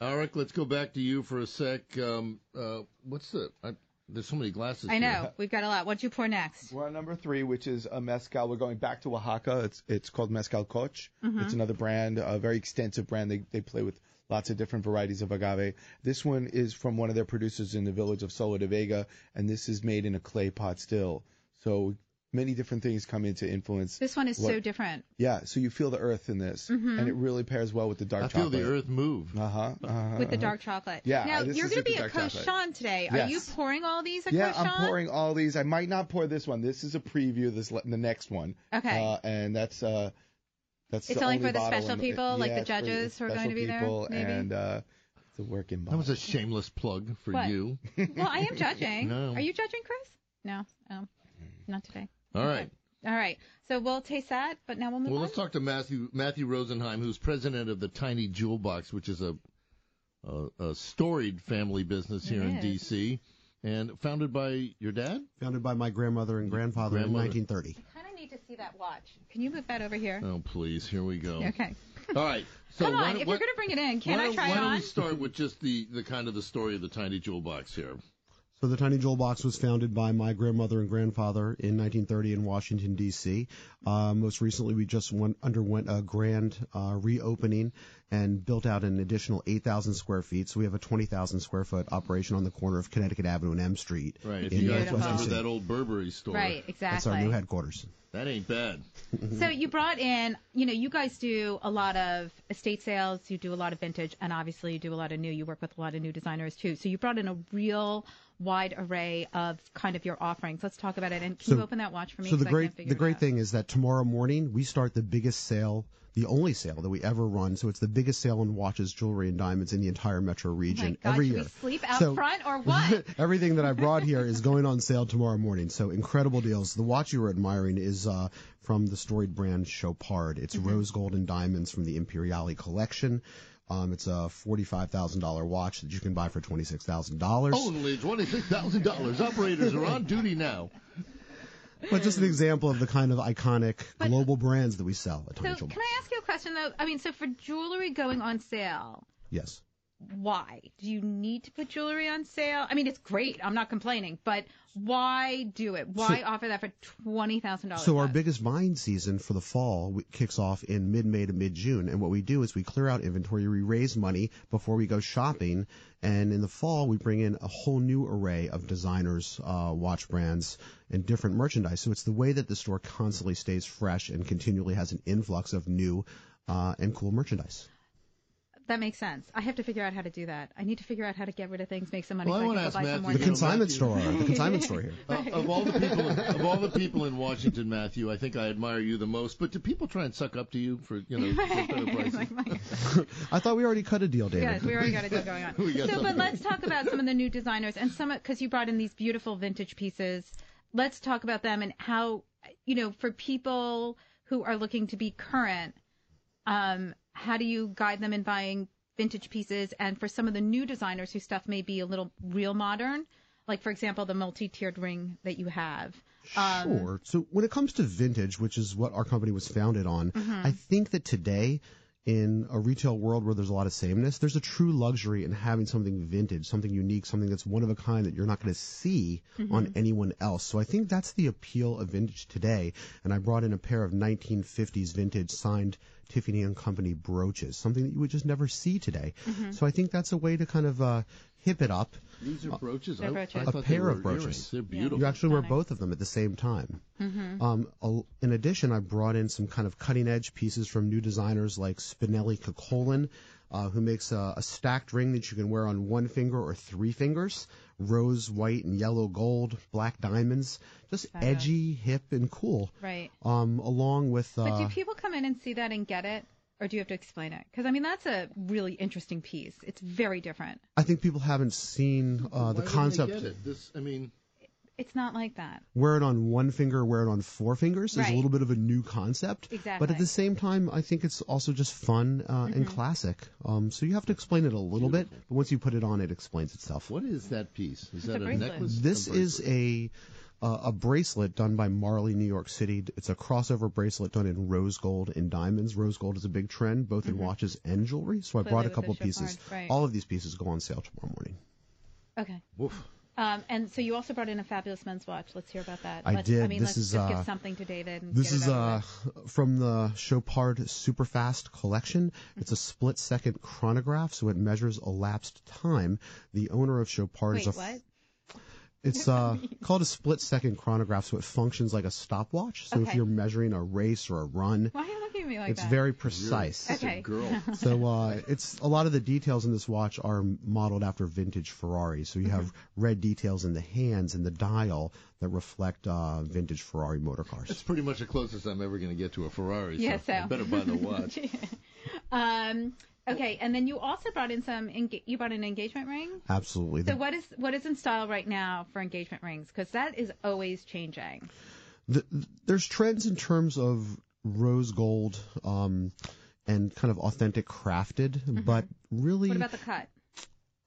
Eric, let's go back to you for a sec. Um, uh, what's the? I, there's so many glasses. I here. know we've got a lot. What'd you pour next? We're on number three, which is a mezcal. We're going back to Oaxaca. It's it's called Mezcal Coch. Mhm. It's another brand, a very extensive brand. They they play with lots of different varieties of agave. This one is from one of their producers in the village of Solo de Vega, and this is made in a clay pot still. So many different things come into influence. This one is so what- different. Yeah, so you feel the earth in this, Mhm. and it really pairs well with the dark I feel chocolate. the earth move. Uh huh. With the dark chocolate. Yeah, Now this you're is going to with the be at dark chocolate. Koshan today. Are Yes. you pouring all these at yeah, Koshan? I'm pouring all these. I might not pour this one. This is a preview. of This le- the next one. Okay. Uh, and that's uh, that's. It's the only only, for the bottle special in people, yeah, like the it's for judges who are special going to be there, people maybe? And uh, it's a working That bottle. was a shameless plug for What? you. well, I am judging. No. Are you judging, Chris? No, um, not today. All right. All right. So we'll taste that, but now we'll move Well, on. let's talk to Matthew Matthew Rosenheim, who's president of the Tiny Jewel Box, which is a a, a storied family business here It in is. D.C. and founded by your dad. Founded by my grandmother and grandfather Grandmother. in 1930. kind of need to see that watch. Can you move that over here? Oh, please, here we go. Okay. All right. So Come on, why don't- if why- you're going to bring it in, can why I don't- try why it don't on? we start with just the, the kind of the story of the Tiny Jewel Box here? So the Tiny Jewel Box was founded by my grandmother and grandfather in 1930 in Washington D.C. Uh, most recently, we just went, underwent a grand uh, reopening and built out an additional 8,000 square feet. So we have a 20,000 square foot operation on the corner of Connecticut Avenue and M Street. Right. If in you guys Northwest remember DC. that old Burberry store. Right, That's our new exactly. headquarters. That ain't bad. So you brought in, you know, you guys do a lot of estate sales, you do a lot of vintage, and obviously you do a lot of new. You work with a lot of new designers too. So you brought in a real wide array of kind of your offerings. Let's talk about it. And can So- you open that watch for me? So the 'Cause I great can't figure the it great out. thing is that tomorrow morning we start the biggest sale the only sale that we ever run. So it's the biggest sale in watches, jewelry, and diamonds in the entire metro region Oh God, every should year. we sleep out So- front or what? Everything that I brought here is going on sale tomorrow morning. So incredible deals. The watch you were admiring is uh, from the storied brand Chopard. It's Mm-hmm. rose gold and diamonds from the Imperiale collection. Um, it's a forty-five thousand dollar watch that you can buy for twenty-six thousand dollars. Only $26,000. Operators are on duty now. But just an example of the kind of iconic global brands that we sell at Tiny So Jewel. can I ask you a question though? I mean, so for jewelry going on sale, Yes. why do you need to put jewelry on sale? I mean, it's great. I'm not complaining, but why do it? Why So- offer that for twenty thousand dollars? So our biggest buying season for the fall w- kicks off in mid-May to mid-June, and what we do is we clear out inventory, we raise money before we go shopping, and in the fall we bring in a whole new array of designers, uh, watch brands, and different merchandise. So it's the way that the store constantly stays fresh and continually has an influx of new uh, and cool merchandise. that makes sense. I have to figure out how to do that. I need to figure out how to get rid of things, make some money, Well, I so want to ask I can go buy some more. Matthew. The consignment store, the consignment store here. Uh, of all the people, of all the people in Washington, Matthew, I think I admire you the most. But do people try and suck up to you for you know for better prices? I thought we already cut a deal, David. Yes, we already got a deal going on. We got so, but something. let's talk about some of the new designers and some because you brought in these beautiful vintage pieces. Let's talk about them and how you know for people who are looking to be current, um, how do you guide them in buying vintage pieces? And for some of the new designers whose stuff may be a little real modern, like for example the multi-tiered ring that you have. Um, Sure. So when it comes to vintage, which is what our company was founded on, Mhm. I think that today in a retail world where there's a lot of sameness, there's a true luxury in having something vintage, something unique, something that's one of a kind that you're not going to see on Mhm. anyone else. So I think that's the appeal of vintage today. And I brought in a pair of 1950s vintage signed Tiffany and Company brooches, something that you would just never see today. Mhm. So I think that's a way to kind of uh, hip it up. These are brooches. A I, I thought they pair were of brooches. earrings. They're beautiful. You actually wear both of them at the same time. Mhm. Um, al- in addition, I brought in some kind of cutting edge pieces from new designers like Spinelli Cocolin, uh, who makes a, a stacked ring that you can wear on one finger or three fingers. Rose, white, and yellow gold, black diamonds. Just Fabulous. edgy, hip, and cool. Right. Um, along with. But do Uh, people come in and see that and get it, or do you have to explain it? Because I mean, that's a really interesting piece. It's very different. I think people haven't seen uh, the Why wouldn't they concept. get it? This, I mean, It's not like that. wear it on one finger, wear it on four fingers is Right. a little bit of a new concept. But Exactly. Mm-hmm. at the same time, I think it's also just fun uh, and classic. Um, so you have to explain it a little bit, but once you put it on, it explains itself. What is that piece? Is a that a, bracelet. necklace? This is a uh, a bracelet done by Marley New York City. It's a crossover bracelet done in rose gold and diamonds. Rose gold is a big trend both in Mm-hmm. watches and jewelry. So I Clearly brought a with the couple of pieces. chiffon, right. All of these pieces go on sale tomorrow morning. Okay. Um, and so you also brought in a fabulous men's watch. Let's hear about that. I let's, I did. mean, This let's is, just uh, give something to David. And This Mm, get it is out. uh, from the Chopard Superfast collection. It's a split second chronograph, so it measures elapsed time. The owner of Chopard Wait, is a. what? It's uh, called a split second chronograph, so it functions like a stopwatch. So if Okay. you're measuring a race or a run, Why are you looking at me like it's that? very precise. You're such a Okay. girl. so uh, it's a lot of the details in this watch are modeled after vintage Ferraris. So you Mm-hmm. have red details in the hands and the dial that reflect uh, vintage Ferrari motor cars. That's pretty much the closest I'm ever going to get to a Ferrari. Yeah, so I so. better buy the watch. Um, okay. And then you also brought in some. Enga- you brought an engagement ring. Absolutely. So what is what is in style right now for engagement rings? Because that is always changing. the, there's trends in terms of rose gold um, and kind of authentic crafted, but really Mm-hmm. What about the cut?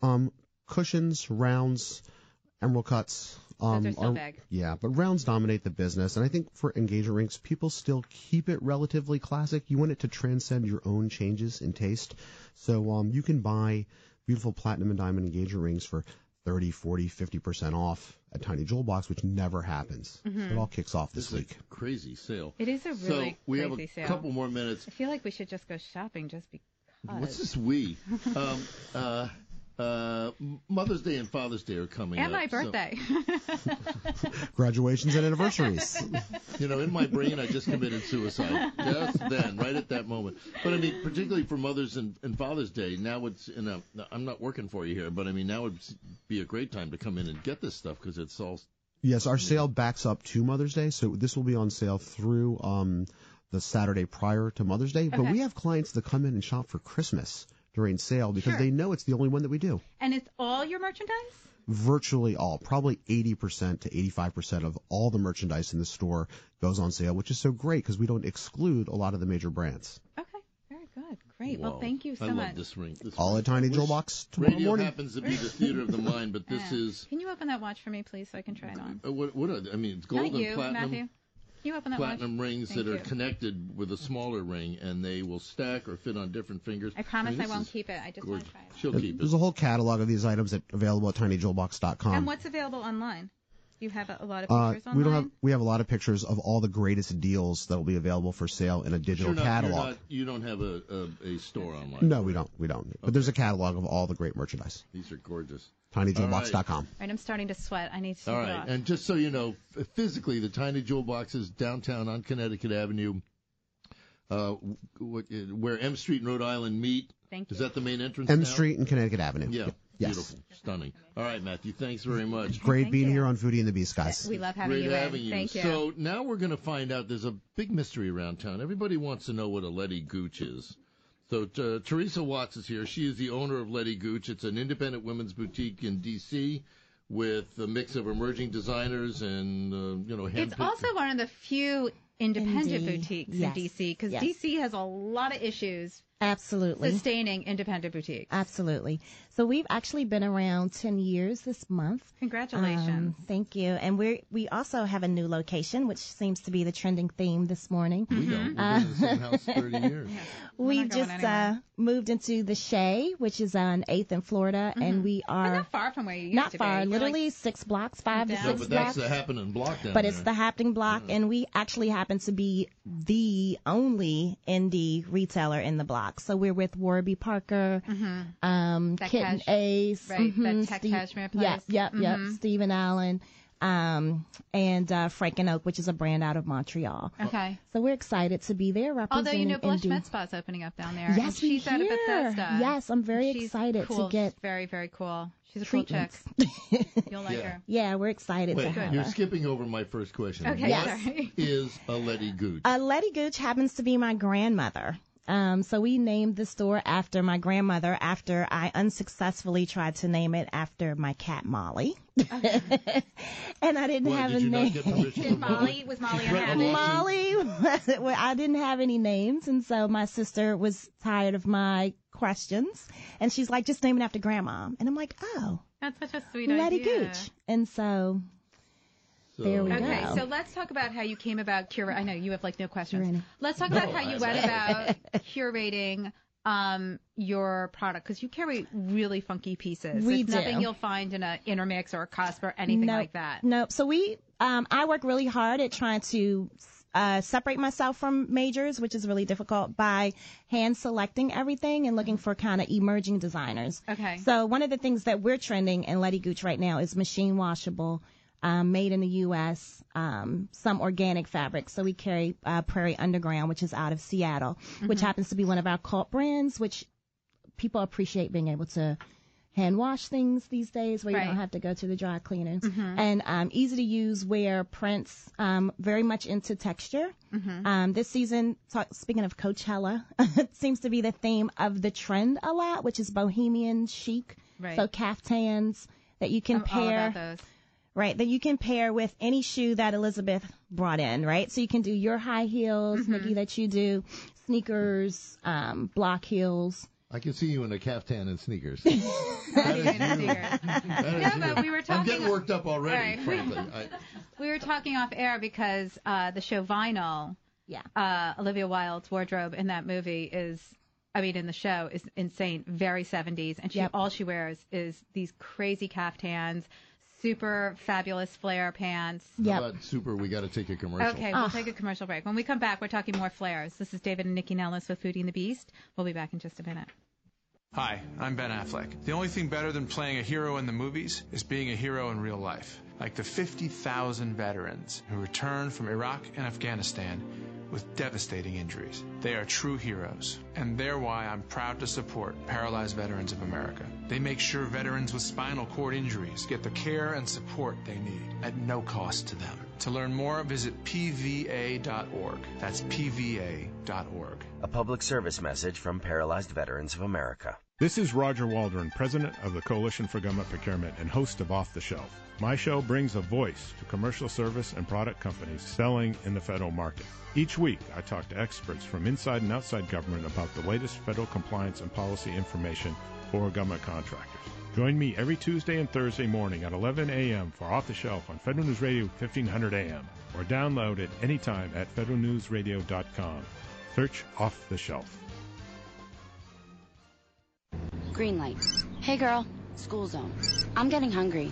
um, cushions, rounds, emerald cuts. Um, Those are so big. Yeah, but rounds dominate the business, and I think for engagement rings, people still keep it relatively classic. You want it to transcend your own changes in taste, so um, you can buy beautiful platinum and diamond engagement rings for 30, 40, 50 percent off at Tiny Jewel Box, which never happens. Mhm. It all kicks off this, This week. is a crazy sale. It is a really so we have a crazy sale. couple more minutes. I feel like we should just go shopping just because. What's this we? Um, uh, uh, Mother's Day and Father's Day are coming up. and my so- birthday. graduations and anniversaries. you know, in my brain, I just committed suicide just then, right at that moment. But I mean, particularly for Mother's and, and Father's Day, now it's. And uh, I'm not working for you here, but I mean, now would be a great time to come in and get this stuff because it's all yes, our sale backs up to Mother's Day, so this will be on sale through um, the Saturday prior to Mother's Day. But Okay. we have clients that come in and shop for Christmas during sale because Sure. they know it's the only one that we do. And it's all your merchandise? virtually all, probably 80% to 85% of all the merchandise in the store goes on sale, which is so great because we don't exclude a lot of the major brands. Very good. Great. Well, Whoa. thank you so I love much. this ring. This All at Tiny Joe Box tomorrow radio morning. happens to be the theater of the mind, but this Yeah. is Can you open that watch for me, please, so I can try it on? uh, what, what are they? I mean, it's gold Not you, and platinum. Matthew. Can you open that platinum watch? rings Thank that are you. connected with a smaller ring, and they will stack or fit on different fingers. I promise I mean, this won't is keep it. I just want gorgeous. to try it. She'll There- keep it. There's a whole catalog of these items at, available at tinyjoelbox.com. And what's available online? You have a, a lot of Uh, pictures online. we don't have we have a lot of pictures of all the greatest deals that will be available for sale in a digital You're not- catalog. You're not, you don't have a, a, a store online. no, we don't. We don't. But there's a catalog of all the great merchandise. These are gorgeous. TinyJoelBox.com. All right, I'm starting to sweat. I need to take All it right, off. and just so you know, f- physically, the Tiny Jewel Box is downtown on Connecticut Avenue, uh, w- what- uh, where M Street and Rhode Island meet. Thank Is that the main entrance? M now? Street and Connecticut Avenue. Yeah. Yes. Beautiful. Stunning. All right, Matthew. Thanks very much. Great being here on Foodie and the Beast, guys. we love having Great you having in. you. Thank you. So now we're going to find out. There's a big mystery around town. Everybody wants to know what a Letty Gooch is. So uh, Teresa Watts is here. She is the owner of Letty Gooch. It's an independent women's boutique in D.C. with a mix of emerging designers and uh, you know. It's handpicked- also one of the few independent Indeed. boutiques Yes. in DC because Yes. DC has a lot of issues Absolutely. sustaining independent boutiques. Absolutely. So we've actually been around 10 years this month. Congratulations. Um, thank you. And we we also have a new location, which seems to be the trending theme this morning. We don't. We've been in the same house 30 years. we not going just uh, anywhere. moved into the Shea, which is on Eighth in Florida, and we are Mm-hmm. not far from where you used not to be. far, You're like- literally six blocks, five to No, six but blocks that's the happening block down but it's the there. happening block and we actually happen to be the only indie retailer in the block so we're with warby parker um Mm-hmm. That kitten cash- ace right, that mhm, tech Steve- cashmere yep place. yep yep Mhm. stephen allen um and uh frank and oak which is a brand out of montreal Oh. Okay. so we're excited to be there Although representing you know, Blush indie. Med Spa's opening up down there. Yes, and we she's out of hear. Bethesda. Yes, I'm very She's excited to cool. get She's very, very cool. She's a treatments. cool chick. You'll like Yeah. her. yeah we're excited to Wait, have you're her. skipping over my first question. Okay, What sorry. is a Letty Gooch? Uh, Letty Gooch happens to be my grandmother. Um, so we named the store after my grandmother after I unsuccessfully tried to name it after my cat Molly. and I didn't Why, have did a you not name. get permission from Molly? was Molly unhappy? Molly was, well, I didn't have any names. And so my sister was tired of my questions. And she's like, just name it after grandma. And I'm like, oh, That's such a sweet Letty idea. Gooch. And so there we okay, go. so let's talk about how you came about cura. I know you have like no questions. Curating. Let's talk No, about how you I- went about curating um, your product because you carry really funky pieces. We it's nothing do. you'll find in a intermix or a cusp or anything Nope. like that. Nope. So we, um, I work really hard at trying to uh, separate myself from majors, which is really difficult by hand selecting everything and looking for kind of emerging designers. Okay. So one of the things that we're trending in Letty Gooch right now is machine washable. Um, made in the U.S., um, some organic fabric. So we carry uh, Prairie Underground, which is out of Seattle, which Mm-hmm. Mhm. happens to be one of our cult brands, which people appreciate being able to hand wash things these days where you Right. don't have to go to the dry cleaners Mm-hmm. and um, easy to use wear prints um, very much into texture Mhm. um, this season talk, speaking of coachella it seems to be the theme of the trend a lot which is bohemian chic Right. so caftans that you can I'm all pair about those. Right, that you can pair with any shoe that Elizabeth brought in, right? So you can do your high heels, Mm-hmm. Nikki, that you do, sneakers, um, block heels, I can see you in a caftan and sneakers. That is you. That is No, but you. we were I'm talking- getting worked up already, Right. frankly. I, We were talking off air because uh, the show Vinyl, yeah, uh, Olivia Wilde's wardrobe in that movie is, I mean, in the show is insane, very 70s, and she all she wears is these crazy caftans, super fabulous flare pants. How about super? We got to take a commercial. Okay, we'll take a commercial break. When we come back, we're talking more flares. This is David and Nikki Nellis with Foodie and the Beast. We'll be back in just a minute. Hi, I'm Ben Affleck. The only thing better than playing a hero in the movies is being a hero in real life, like the 50,000 veterans who returned from Iraq and Afghanistan with devastating injuries. They are true heroes, and they're why I'm proud to support Paralyzed Veterans of America. They make sure veterans with spinal cord injuries get the care and support they need at no cost to them. To learn more, visit pva.org. That's pva.org. A public service message from Paralyzed Veterans of America. This is Roger Waldron, president of the Coalition for Government Procurement and host of Off the Shelf. My show brings a voice to commercial service and product companies selling in the federal market. Each week, I talk to experts from inside and outside government about the latest federal compliance and policy information for government contractors. Join me every Tuesday and Thursday morning at 11 a.m. for Off the Shelf on Federal News Radio 1500 a.m. or download it anytime at federalnewsradio.com. Search Off the Shelf. Green light. Hey girl, school zone. I'm getting hungry.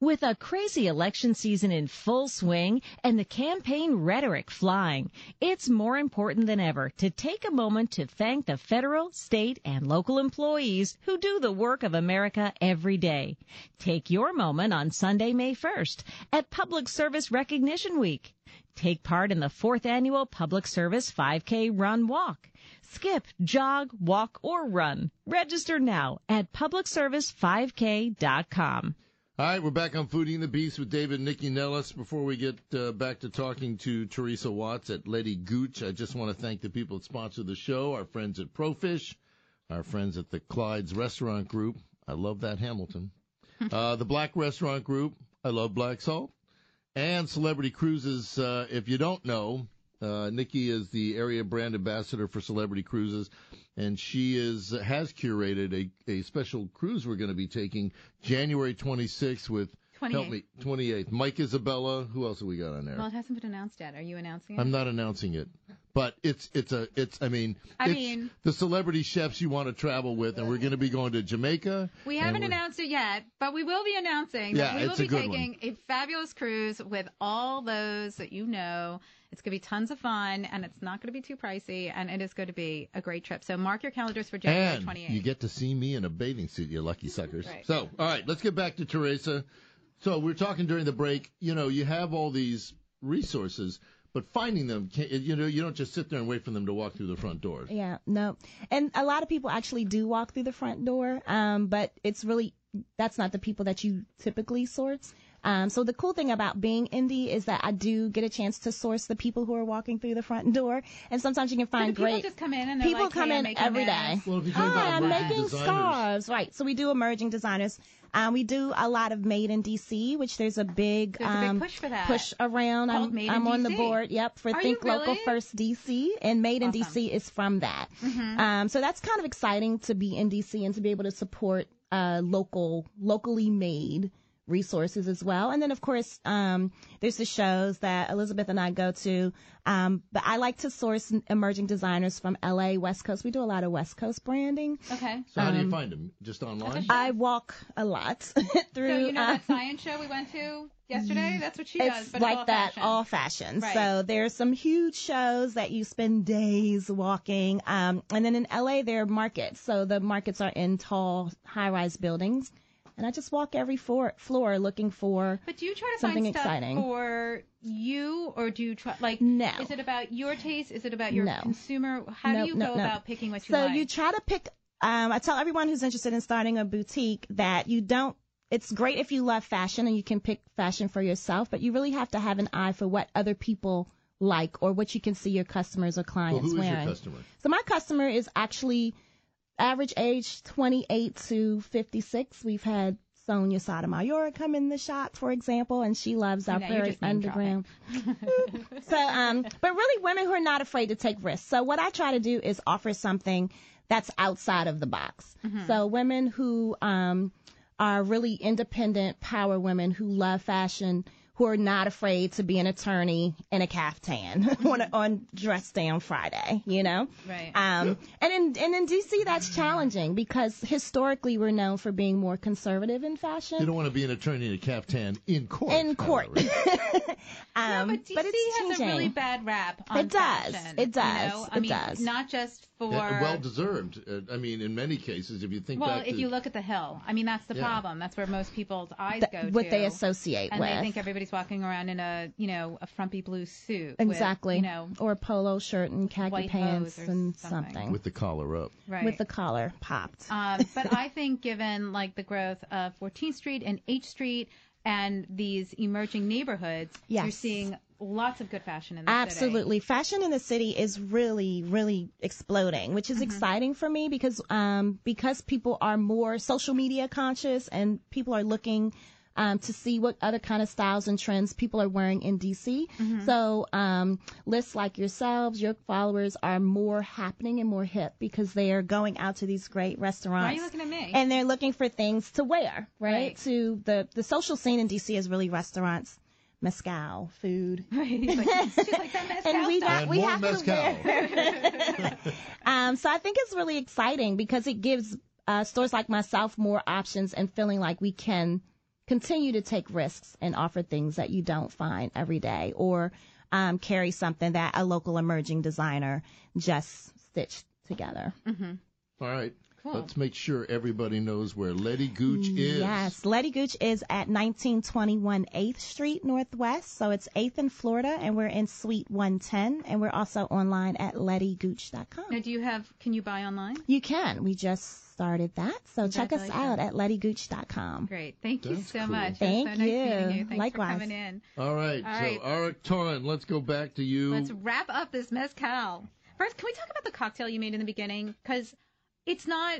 With a crazy election season in full swing and the campaign rhetoric flying, it's more important than ever to take a moment to thank the federal, state, and local employees who do the work of America every day. Take your moment on Sunday, May 1st at Public Service Recognition Week. Take part in the fourth annual Public Service 5K Run Walk. Skip, jog, walk, or run. Register now at publicservice5k.com. All right, we're back on Foodie and the Beast with David and Nikki Nellis. Before we get uh, back to talking to Teresa Watts at Lady Gooch, I just want to thank the people that sponsor the show, our friends at Profish, our friends at the Clyde's Restaurant Group. I love that Hamilton. uh, the Black Restaurant Group. I love Black Salt. And Celebrity Cruises. Uh, if you don't know, uh, Nikki is the area brand ambassador for Celebrity Cruises, and she is has curated a, a special cruise we're going to be taking January 26th with help 28th. me 28th Mike Isabella. Who else have we got on there? Well, it hasn't been announced yet. Are you announcing it? I'm not announcing it, but it's it's a it's I mean I it's mean- the celebrity chefs you want to travel with, and we're going to be going to Jamaica. We and haven't we're- announced it yet, but we will be announcing that Yeah, we will it's a be good one. taking a fabulous cruise with all those that you know. It's going to be tons of fun, and it's not going to be too pricey, and it is going to be a great trip. So mark your calendars for January and 28th. you get to see me in a bathing suit, you lucky suckers. Right. So, all right, let's get back to Teresa. So, we are talking during the break. You know, you have all these resources, but finding them, can, you know, you don't just sit there and wait for them to walk through the front door. Yeah, no. And a lot of people actually do walk through the front door, um, but it's really that's not the people that you typically source. Um, so the cool thing about being indie is that I do get a chance to source the people who are walking through the front door, and sometimes you can So do find people great just come in and they're people like, come "Hey, I'm in making every this." day. Well, if you think Hi, about I'm emerging making designers- scarves, right? So we do emerging designers. Um, we do a lot of made in DC, which there's a big, There's a big um, push for that. push around. Called I'm, Made in I'm on the DC. board. Yep, for Are you Think Local really? First DC, and Made in Awesome. DC is from that. Mhm. Um, so that's kind of exciting to be in DC and to be able to support uh, local, locally made resources as well. And then of course, um, there's the shows that Elizabeth and I go to. Um, but I like to source emerging designers from LA, West Coast. We do a lot of West Coast branding. Okay. So, how do you Um, find them? Just online? I walk a lot through. so you know uh, Mm, that science show we went to yesterday? That's what she does, it's but like all that fashion. all fashion. Right. So there's some huge shows that you spend days walking. Um, and then in LA, there are markets. So the markets are in tall, high-rise buildings, and I just walk every floor, floor looking for. But do you try to Something find stuff exciting. for you, or do you try like? No. Is it about your taste? Is it about your No. consumer? How No, do you no, go no. about picking what you so like? you try to pick. Um, I tell everyone who's interested in starting a boutique that you don't. It's great if you love fashion and you can pick fashion for yourself, but you really have to have an eye for what other people like or what you can see your customers or well, clients who is wearing. your customer? So my customer is actually average age 28 to 56. We've had Sonia Sotomayor come in the shop, for example, and she loves our Now you prairie just name underground. so, um, but really women who are not afraid to take risks. So what I try to do is offer something that's outside of the box. So women who, um, are really independent power women who love fashion, who are not afraid to be an attorney in a caftan on, on dress down Friday, you know? Right. Um, and in and in DC that's challenging because historically we're known for being more conservative in fashion. You don't want to be an attorney in a caftan in court. in court. um, but DC has a really bad rap. On It does. fashion, It You does. know? I It mean, does. Not just for well deserved. Uh, Eh, I mean, in many cases, if you think well, back if to you look at the hill, I mean that's the Yeah. problem. That's where most people's eyes Th- go to. what they associate and with. they think everybody's walking around in a you know a frumpy blue suit. with, exactly. you know, or a polo shirt and khaki white hose pants or and something. with the collar up, Right. With the collar popped. Um, but I think given like the growth of 14th Street and H Street and these emerging neighborhoods, you're Yes. seeing lots of good fashion in the city. Absolutely. Fashion in the city is really, really exploding, which is Mm-hmm. exciting for me because um, because people are more social media conscious and people are looking um, to see what other kind of styles and trends people are wearing in DC. Mm-hmm. Mhm. So um, lists like yourselves, your followers are more happening and more hip because they are going out to these great restaurants. looking at me? And they're looking for things to wear, right? Right. To the the social scene in DC is really restaurants. Mezcal, food. and we got And we more have mezcal. to wear. um, so I think it's really exciting because it gives uh, stores like myself more options and feeling like we can continue to take risks and offer things that you don't find every day or um, carry something that a local emerging designer just stitched together. Mm-hmm. All right. Cool. Let's make sure everybody knows where Letty Gooch is. Yes, Letty Gooch is at 1921 8th Street Northwest. So it's 8th in Florida, and we're in Suite 110. And we're also online at lettygooch.com. Now, do you have? Can you buy online? You can. We just started that. So check us out Congratulations. at lettygooch.com. Great. Thank you That's so cool. much. Thank it was so Nice you. meeting you. Thanks Likewise. for coming in. All right. All so, right. Arik Torin, let's go back to you. Let's wrap up this mezcal. First, can we talk about the cocktail you made in the beginning? Because it's not.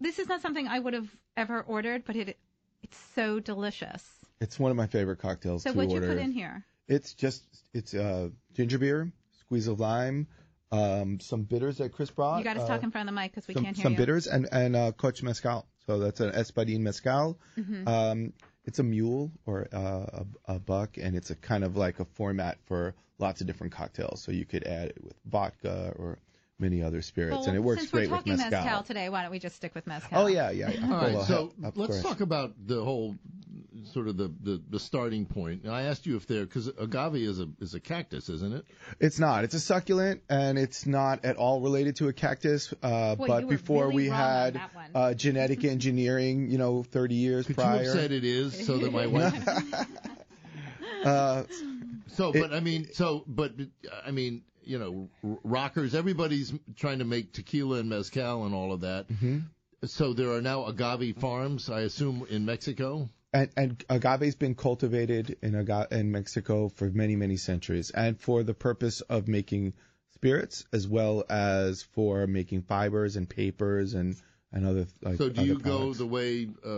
This is not something I would have ever ordered, but it it's so delicious. It's one of my favorite cocktails So to what'd order. you put in here? It's just it's uh, ginger beer, squeeze of lime, um, some bitters that Chris brought. You got us uh, talk in front of the mic because we some, can't hear some you. bitters and and uh, Coach Mezcal. So that's an Espadín Mezcal. Mm-hmm. Mhm. Um, it's a mule or uh, a, a buck, and it's a kind of like a format for lots of different cocktails. So you could add it with vodka or many other spirits, Well, and it works since great we're with talking mezcal. mezcal. today, why don't we just stick with mezcal? Oh yeah, yeah. yeah. All right, Well, so of let's course. talk about the whole sort of the, the, the starting point. And I asked you if there because agave is a is a cactus, isn't it? It's not. It's a succulent, and it's not at all related to a cactus. Uh, Boy, you but were before really we wrong on had that one. uh, genetic engineering, you know, 30 years Could prior. you have said it is so that my wife? uh, so, but I mean, so, but I mean, you know, r- rockers. Everybody's trying to make tequila and mezcal and all of that. Mm-hmm. So there are now agave farms, I assume, in Mexico. and, and agave's been cultivated in aga- in Mexico for many many centuries, and for the purpose of making spirits as well as for making fibers and papers and and other like so do other you go products. the way uh,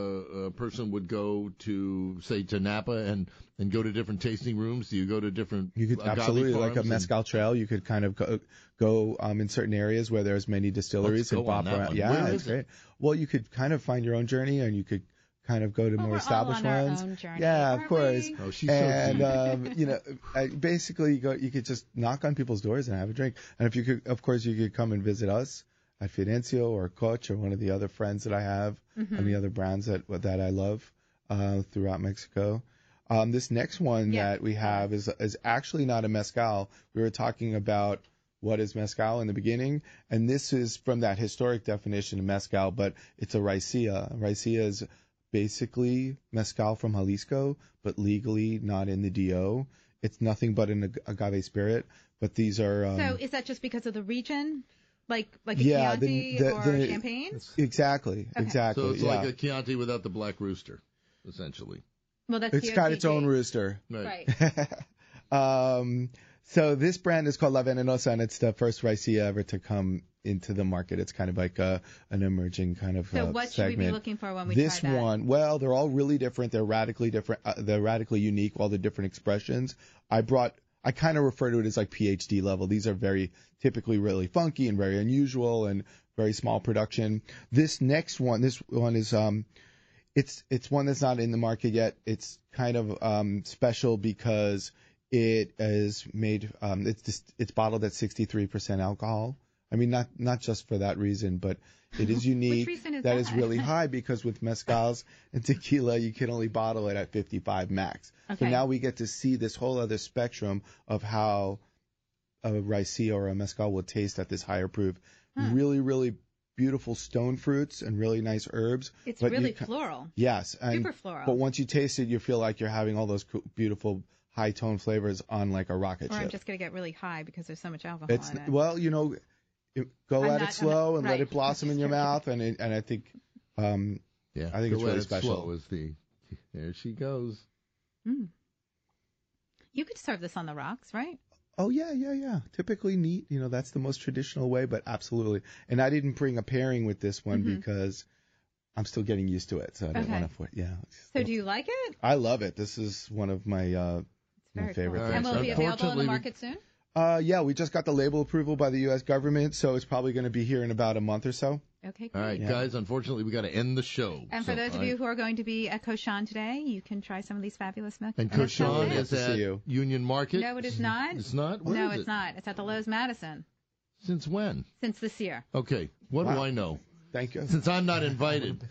a person would go to say to Napa and and go to different tasting rooms? Do you go to different You could agave absolutely like farms a and- mezcal trail. You could kind of go, go um, in certain areas where there's many distilleries go and bop on that around. one. Yeah, Where it's is it? great. Well, you could kind of find your own journey, and you could kind of go to more established on our ones. own journey, yeah, of course. Oh, she's so and deep. um, you know, I- basically, you go. You could just knock on people's doors and have a drink. And if you could, of course, you could come and visit us at Fidencio or Coach or one of the other friends that I have Mhm. and the other brands that that I love uh, throughout Mexico. Um, this next one that we have is is actually not a mezcal. We were talking about what is mezcal in the beginning, and this is from that historic definition of mezcal, but it's a ricea. Ricea is basically mezcal from Jalisco, but legally not in the DO. It's nothing but an ag- agave spirit. But these are um, so is that just because of the region, like like a yeah, the- Chianti the- or the- champagne? Exactly, exactly. So it's yeah. like a Chianti without the black rooster, essentially. Well, that's it's got its own rooster. Right. um, so this brand is called La Venenosa, and it's the first ricea ever to come into the market. It's kind of like a, an emerging kind of So uh, what should we be segment. looking for when we this try that? one? Well, they're all really different. They're radically different. Uh, they're radically unique. All the different expressions. I brought. I kind of refer to it as like PhD level. These are very typically really funky and very unusual and very small production. This next one, this one is um, It's it's one that's not in the market yet. It's kind of um, special because it is made. Um, it's just, it's bottled at 63% alcohol. I mean, not not just for that reason, but it is unique. reason is that is that? really high because with mezcals and tequila, you can only bottle it at 55 max. So Okay. now we get to see this whole other spectrum of how a ricea or a mezcal will taste at this higher proof. Really, really beautiful stone fruits and really nice herbs. It's but you really ca- floral. Yes, and, Super floral. But once you taste it, you feel like you're having all those cool, beautiful high tone flavors on like a rocket Or I'm ship. just going to get really high because there's so much alcohol It's in it. well, you know, it- go I'm at not- it slow I'm- and right. let it blossom in your mouth, and it, and I think, um, yeah, I think go it's at really it special. slow is the there she goes. Mm. You could serve this on the rocks, right? Oh yeah, yeah, yeah. Typically neat. You know, that's the most traditional way, but absolutely. And I didn't bring a pairing with this one Mhm. because I'm still getting used to it, so I don't Okay. want to. Yeah, So do you like it? I love it. This is one of my uh, my cool. favorite. And things. will it be available in the market soon? Uh, yeah, we just got the label approval by the U.S. government, so it's probably going to be here in about a month or so. Okay, All great. right, guys. Unfortunately, we got to end the show. And for So, those all of you right. who are going to be at Koshan today, you can try some of these fabulous milk. and Koshan milk is chocolate. at Union Market. No, Mm-hmm. it is not. It's not. Where no, is it's it? not. It's at the Lowe's Madison Since when? since this year. Okay. What do I know? Thank you. Since I'm not invited.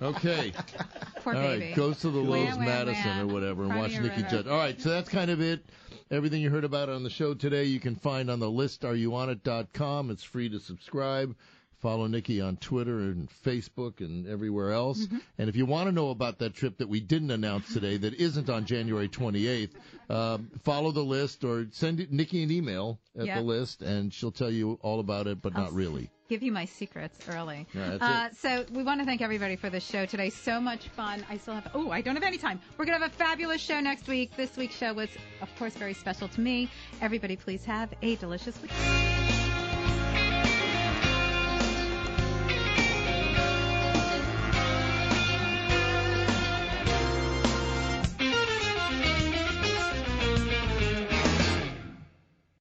Okay. Poor All right, baby. goes to the Wham, Lowe's wham, Madison wham. or whatever and Cry me watch a Nikki river. Judd. All right, so that's kind of it. Everything you heard about on the show today, you can find on the list. Are you on it? dot com. It's free to subscribe. Follow Nikki on Twitter and Facebook and everywhere else. Mm-hmm. And if you want to know about that trip that we didn't announce today, that isn't on January 28th, um, follow the list or send Nikki an email at Yeah. the list, and she'll tell you all about it, but I'll not really. Give you my secrets early. Yeah, that's Uh, so we want to thank everybody for the show today. So much fun. I still have. Oh, I don't have any time. We're gonna have a fabulous show next week. This week's show was, of course, very special to me. Everybody, please have a delicious week.